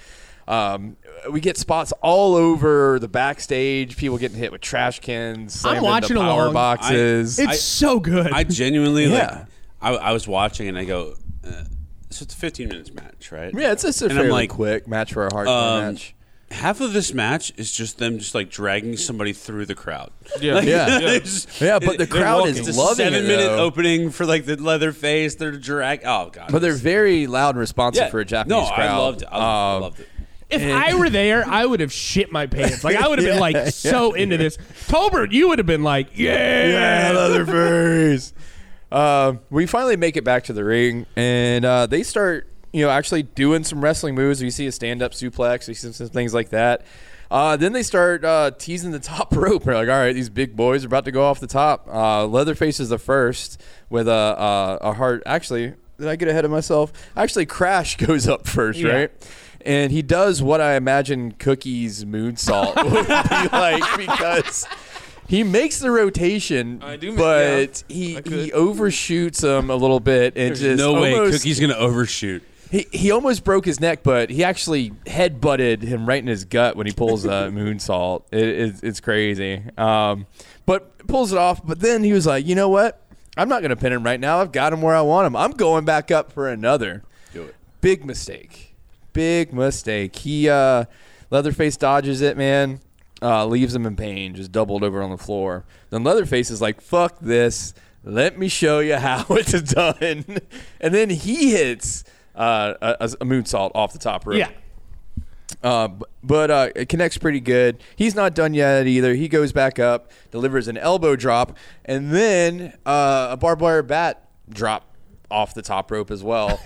[SPEAKER 1] Um, we get spots all over the backstage. People getting hit with trash cans, slamming into
[SPEAKER 2] watching
[SPEAKER 1] power
[SPEAKER 2] along.
[SPEAKER 1] boxes.
[SPEAKER 2] It's so good.
[SPEAKER 3] I genuinely
[SPEAKER 1] Yeah.
[SPEAKER 3] like. I, I was watching and I go, uh, so it's a 15 minutes match, right?
[SPEAKER 1] yeah, it's just a
[SPEAKER 3] and I'm
[SPEAKER 1] fairly
[SPEAKER 3] like,
[SPEAKER 1] quick match for a hardcore
[SPEAKER 3] Um,
[SPEAKER 1] match.
[SPEAKER 3] Half of this match is just them just like dragging somebody through the crowd.
[SPEAKER 6] Yeah.
[SPEAKER 3] Like,
[SPEAKER 1] Yeah.
[SPEAKER 3] they're just-
[SPEAKER 1] Yeah, but the
[SPEAKER 3] they're
[SPEAKER 1] crowd
[SPEAKER 3] walking.
[SPEAKER 1] is
[SPEAKER 3] It's a
[SPEAKER 1] loving it,
[SPEAKER 3] seven minute
[SPEAKER 1] though.
[SPEAKER 3] opening for like the leather face. They're drag. Oh god.
[SPEAKER 1] But they're very loud and responsive
[SPEAKER 3] Yeah.
[SPEAKER 1] for a Japanese
[SPEAKER 3] no,
[SPEAKER 1] crowd.
[SPEAKER 3] I loved it. I
[SPEAKER 1] Um,
[SPEAKER 3] loved, I loved it.
[SPEAKER 2] If I were there, I would have shit my pants. Like I would have been like so into this. Tolbert, you would have been like, yeah.
[SPEAKER 1] Yeah, Leatherface. um, we finally make it back to the ring, and uh, they start, you know, actually doing some wrestling moves. We see a stand-up suplex, we see some things like that. Uh, then they start uh, teasing the top rope. They're like, "All right, these big boys are about to go off the top." Uh, Leatherface is the first with a a, a heart. Actually, did I get ahead of myself? Actually, Crash goes up first, right? and he does what I imagine Cookie's moon salt would be like because he makes the rotation,
[SPEAKER 6] I do ma-
[SPEAKER 1] but
[SPEAKER 6] yeah,
[SPEAKER 1] he
[SPEAKER 6] I could.
[SPEAKER 1] he overshoots him a little bit and just
[SPEAKER 3] no way
[SPEAKER 1] almost-
[SPEAKER 3] Cookie's gonna overshoot.
[SPEAKER 1] he, he almost broke his neck, but he actually head butted him right in his gut when he pulls the moonsault. It, it's it's crazy. Um, but pulls it off. But then he was like, you know what? I'm not going to pin him right now. I've got him where I want him. I'm going back up for another. Do it. Big mistake. Big mistake. He uh, Leatherface dodges it, man. Uh, leaves him in pain, just doubled over on the floor. Then Leatherface is like, "Fuck this! Let me show you how it's done." and then he hits uh, a, a moonsault off the top rope.
[SPEAKER 2] Yeah.
[SPEAKER 1] Uh, b- but uh, it connects pretty good. He's not done yet either. He goes back up, delivers an elbow drop, and then uh, a barbed wire bat drop off the top rope as well.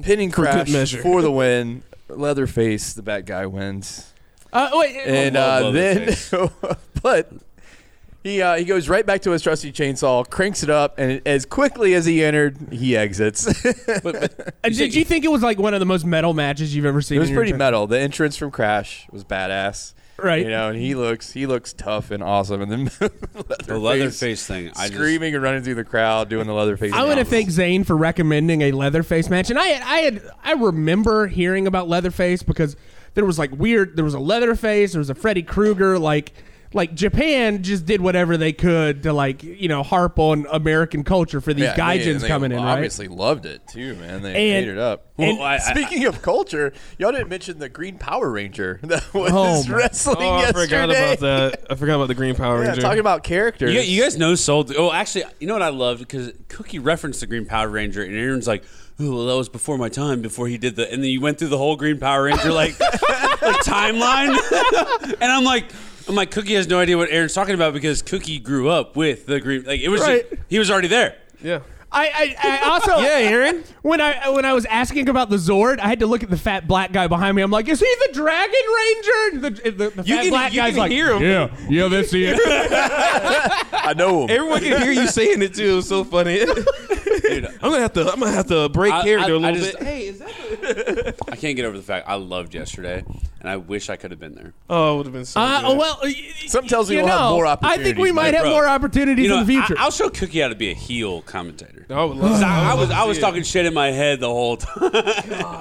[SPEAKER 1] Pinning crash
[SPEAKER 6] measure.
[SPEAKER 1] for the win. Leatherface, the bat guy, wins.
[SPEAKER 2] Uh, wait,
[SPEAKER 1] And
[SPEAKER 3] love
[SPEAKER 1] uh, then, but he uh, he goes right back to his trusty chainsaw, cranks it up, and as quickly as he entered, he exits. it
[SPEAKER 2] uh, did you think it was like one of the most metal matches you've ever seen?
[SPEAKER 1] was
[SPEAKER 2] in your
[SPEAKER 1] pretty
[SPEAKER 2] entire-
[SPEAKER 1] metal. The entrance from Crash was badass.
[SPEAKER 2] Right.
[SPEAKER 1] You know, and he looks he looks tough and awesome, and then Leatherface
[SPEAKER 3] The Leatherface thing. I just,
[SPEAKER 1] screaming and running through the crowd doing the Leatherface.
[SPEAKER 2] I want to
[SPEAKER 1] dance.
[SPEAKER 2] thank Zane for recommending a Leatherface match, and I had, I had I remember hearing about Leatherface because there was like weird. There was a Leatherface. There was a Freddy Krueger. Like like Japan just did whatever they could to like you know harp on American culture for these
[SPEAKER 1] Yeah,
[SPEAKER 2] gaijins
[SPEAKER 1] they- they
[SPEAKER 2] coming in, right?
[SPEAKER 1] Obviously loved it too, man. They
[SPEAKER 2] And-
[SPEAKER 1] ate it up.
[SPEAKER 2] and-
[SPEAKER 3] Well, I- I-
[SPEAKER 1] speaking of culture, y'all didn't mention the Green Power Ranger that was
[SPEAKER 2] Oh, my-
[SPEAKER 1] wrestling
[SPEAKER 6] Oh, I
[SPEAKER 1] yesterday.
[SPEAKER 6] forgot about that. I forgot about the Green Power
[SPEAKER 1] Yeah,
[SPEAKER 6] Ranger.
[SPEAKER 1] talking about characters.
[SPEAKER 3] you, you guys know Soul. Oh, actually, you know what I love because Cookie referenced the Green Power Ranger, and Aaron's like, "Oh, well, that was before my time." Before he did the, and then you went through the whole Green Power Ranger like, like timeline, and I'm like. I'm like Cookie has no idea what Aaron's talking about because Cookie grew up with the green. Like it was, just-
[SPEAKER 2] Right.
[SPEAKER 3] he was already there.
[SPEAKER 6] yeah.
[SPEAKER 2] I, I, I also yeah, Aaron. When I when I was asking about the Zord, I had to look at the fat black guy behind me. I'm like, is he the Dragon Ranger? And the the, the fat
[SPEAKER 6] can-
[SPEAKER 2] black
[SPEAKER 6] you
[SPEAKER 2] guy's
[SPEAKER 6] can
[SPEAKER 2] like,
[SPEAKER 6] hear him.
[SPEAKER 2] yeah, yeah, that's it.
[SPEAKER 1] I know him.
[SPEAKER 6] Everyone can hear you saying it too. It was so funny. I'm gonna have to. I'm gonna have to break
[SPEAKER 3] I-
[SPEAKER 6] character a
[SPEAKER 3] I- I
[SPEAKER 6] little
[SPEAKER 3] just-
[SPEAKER 6] bit. Hey, is that? The-
[SPEAKER 3] I can't get over the fact I loved yesterday, and I wish I could have been there.
[SPEAKER 6] oh, it would have been so.
[SPEAKER 2] Uh,
[SPEAKER 6] good.
[SPEAKER 2] well, y-
[SPEAKER 1] Something tells me
[SPEAKER 2] you
[SPEAKER 1] we'll have
[SPEAKER 2] know,
[SPEAKER 1] more
[SPEAKER 2] I think we
[SPEAKER 1] opportunities,
[SPEAKER 2] might
[SPEAKER 1] man.
[SPEAKER 2] have
[SPEAKER 3] Bro,
[SPEAKER 2] more opportunities
[SPEAKER 3] You know,
[SPEAKER 2] in the future.
[SPEAKER 3] I, will show Cookie how to be a heel commentator.
[SPEAKER 6] I would love-
[SPEAKER 3] 'Cause I, I was I was
[SPEAKER 6] Oh, Yeah.
[SPEAKER 3] talking shit in my head the whole time.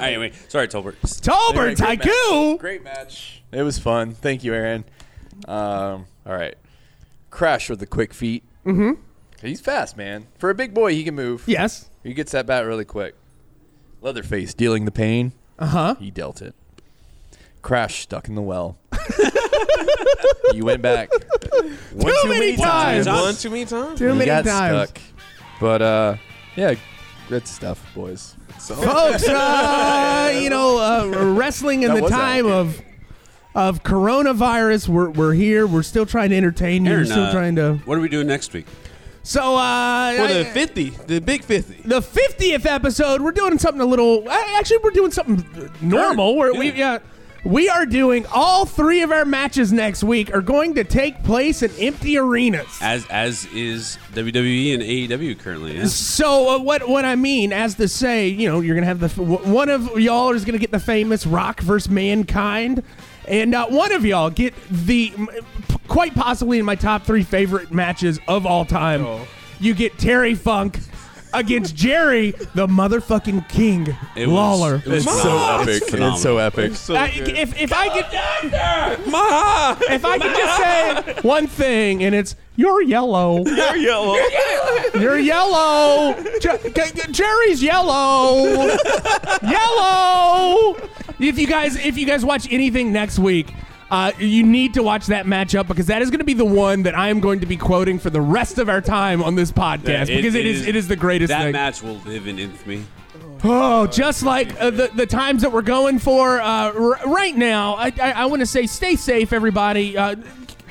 [SPEAKER 3] anyway, sorry, Tolbert.
[SPEAKER 2] Tolbert
[SPEAKER 1] Anyway, great
[SPEAKER 2] Tycoon.
[SPEAKER 1] match. Great match. It was fun. Thank you, Aaron. Um, all right. Crash with the quick feet. Mm-hmm. He's fast, man. For a big boy, he can move.
[SPEAKER 2] Yes.
[SPEAKER 1] He gets that bat really quick. Leatherface dealing the pain.
[SPEAKER 2] Uh huh.
[SPEAKER 1] He dealt it. Crash stuck in the well. you went back. One
[SPEAKER 2] Too many times.
[SPEAKER 6] One too many times.
[SPEAKER 2] Too
[SPEAKER 1] You
[SPEAKER 2] many
[SPEAKER 1] got
[SPEAKER 2] times.
[SPEAKER 1] stuck. But uh, yeah, good stuff, boys.
[SPEAKER 2] Folks, uh, you know, uh, wrestling in
[SPEAKER 1] That
[SPEAKER 2] the
[SPEAKER 1] was
[SPEAKER 2] time
[SPEAKER 1] accurate.
[SPEAKER 2] of of coronavirus, we're, we're here. We're still trying to entertain you.
[SPEAKER 3] Aaron,
[SPEAKER 2] we're still
[SPEAKER 3] uh,
[SPEAKER 2] trying to.
[SPEAKER 3] What are we doing next week?
[SPEAKER 2] So, uh.
[SPEAKER 6] For
[SPEAKER 2] I-
[SPEAKER 6] the fifty, the big fifty.
[SPEAKER 2] the 50th episode we're doing something a little a- actually we're doing something normal where we yeah we are doing all three of our matches next week are going to take place in empty arenas
[SPEAKER 3] As as is WWE and AEW currently. yeah.
[SPEAKER 2] so uh, what what I mean as to say, you know, you're gonna have the f- w- one of y'all is gonna get the famous Rock versus Mankind, and uh, one of y'all get the m- p- quite possibly in my top three favorite matches of all time.
[SPEAKER 3] Oh.
[SPEAKER 2] You get Terry Funk against Jerry the motherfucking King
[SPEAKER 3] It was-
[SPEAKER 2] Lawler.
[SPEAKER 3] it was
[SPEAKER 1] It's so
[SPEAKER 3] phenomenal.
[SPEAKER 1] epic.
[SPEAKER 3] phenomenal.
[SPEAKER 1] It's so epic.
[SPEAKER 6] So
[SPEAKER 2] I-
[SPEAKER 6] good.
[SPEAKER 2] Uh, if if I could, if I could just say one thing, and it's you're yellow.
[SPEAKER 6] They're yellow.
[SPEAKER 2] You're yellow. Jer- G- G- Jerry's yellow. yellow. If you guys, if you guys watch anything next week, uh, you need to watch that matchup because that is going to be the one that I am going to be quoting for the rest of our time on this podcast because it is, it is the greatest
[SPEAKER 3] That
[SPEAKER 2] thing.
[SPEAKER 3] match will live in infamy.
[SPEAKER 2] Oh, just like uh, the the times that we're going for uh, r- right now. I I, I want to say, stay safe, everybody. Uh,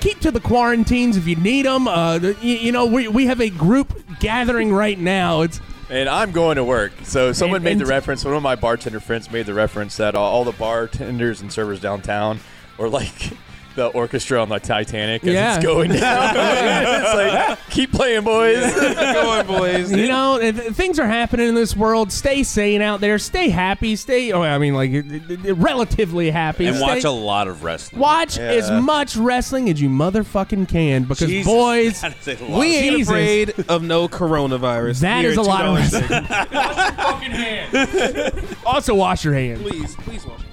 [SPEAKER 2] keep to the quarantines if you need them. Uh, the, you, you know, we we have a group gathering right now. It's
[SPEAKER 1] And I'm going to work. So someone
[SPEAKER 2] And-
[SPEAKER 1] made the
[SPEAKER 2] and-
[SPEAKER 1] reference. One of my bartender friends made the reference that uh, all the bartenders and servers downtown were like the orchestra on the Titanic as
[SPEAKER 2] Yeah.
[SPEAKER 1] it's going down. it's like, keep playing, boys.
[SPEAKER 6] going, boys.
[SPEAKER 2] You know, th- th- things are happening in this world. Stay sane out there. Stay happy. Stay, oh, I mean, like, uh, uh, relatively happy.
[SPEAKER 3] and
[SPEAKER 2] Stay-
[SPEAKER 3] watch a lot of wrestling.
[SPEAKER 2] watch as much wrestling as you motherfucking can because,
[SPEAKER 3] Jesus,
[SPEAKER 2] boys,
[SPEAKER 3] that is a lot.
[SPEAKER 6] We ain't
[SPEAKER 2] Jesus.
[SPEAKER 6] afraid of no coronavirus.
[SPEAKER 2] That
[SPEAKER 6] Here
[SPEAKER 2] is a
[SPEAKER 6] at
[SPEAKER 2] lot of
[SPEAKER 6] $2.
[SPEAKER 2] wrestling. also, wash your hands.
[SPEAKER 6] Please, please watch.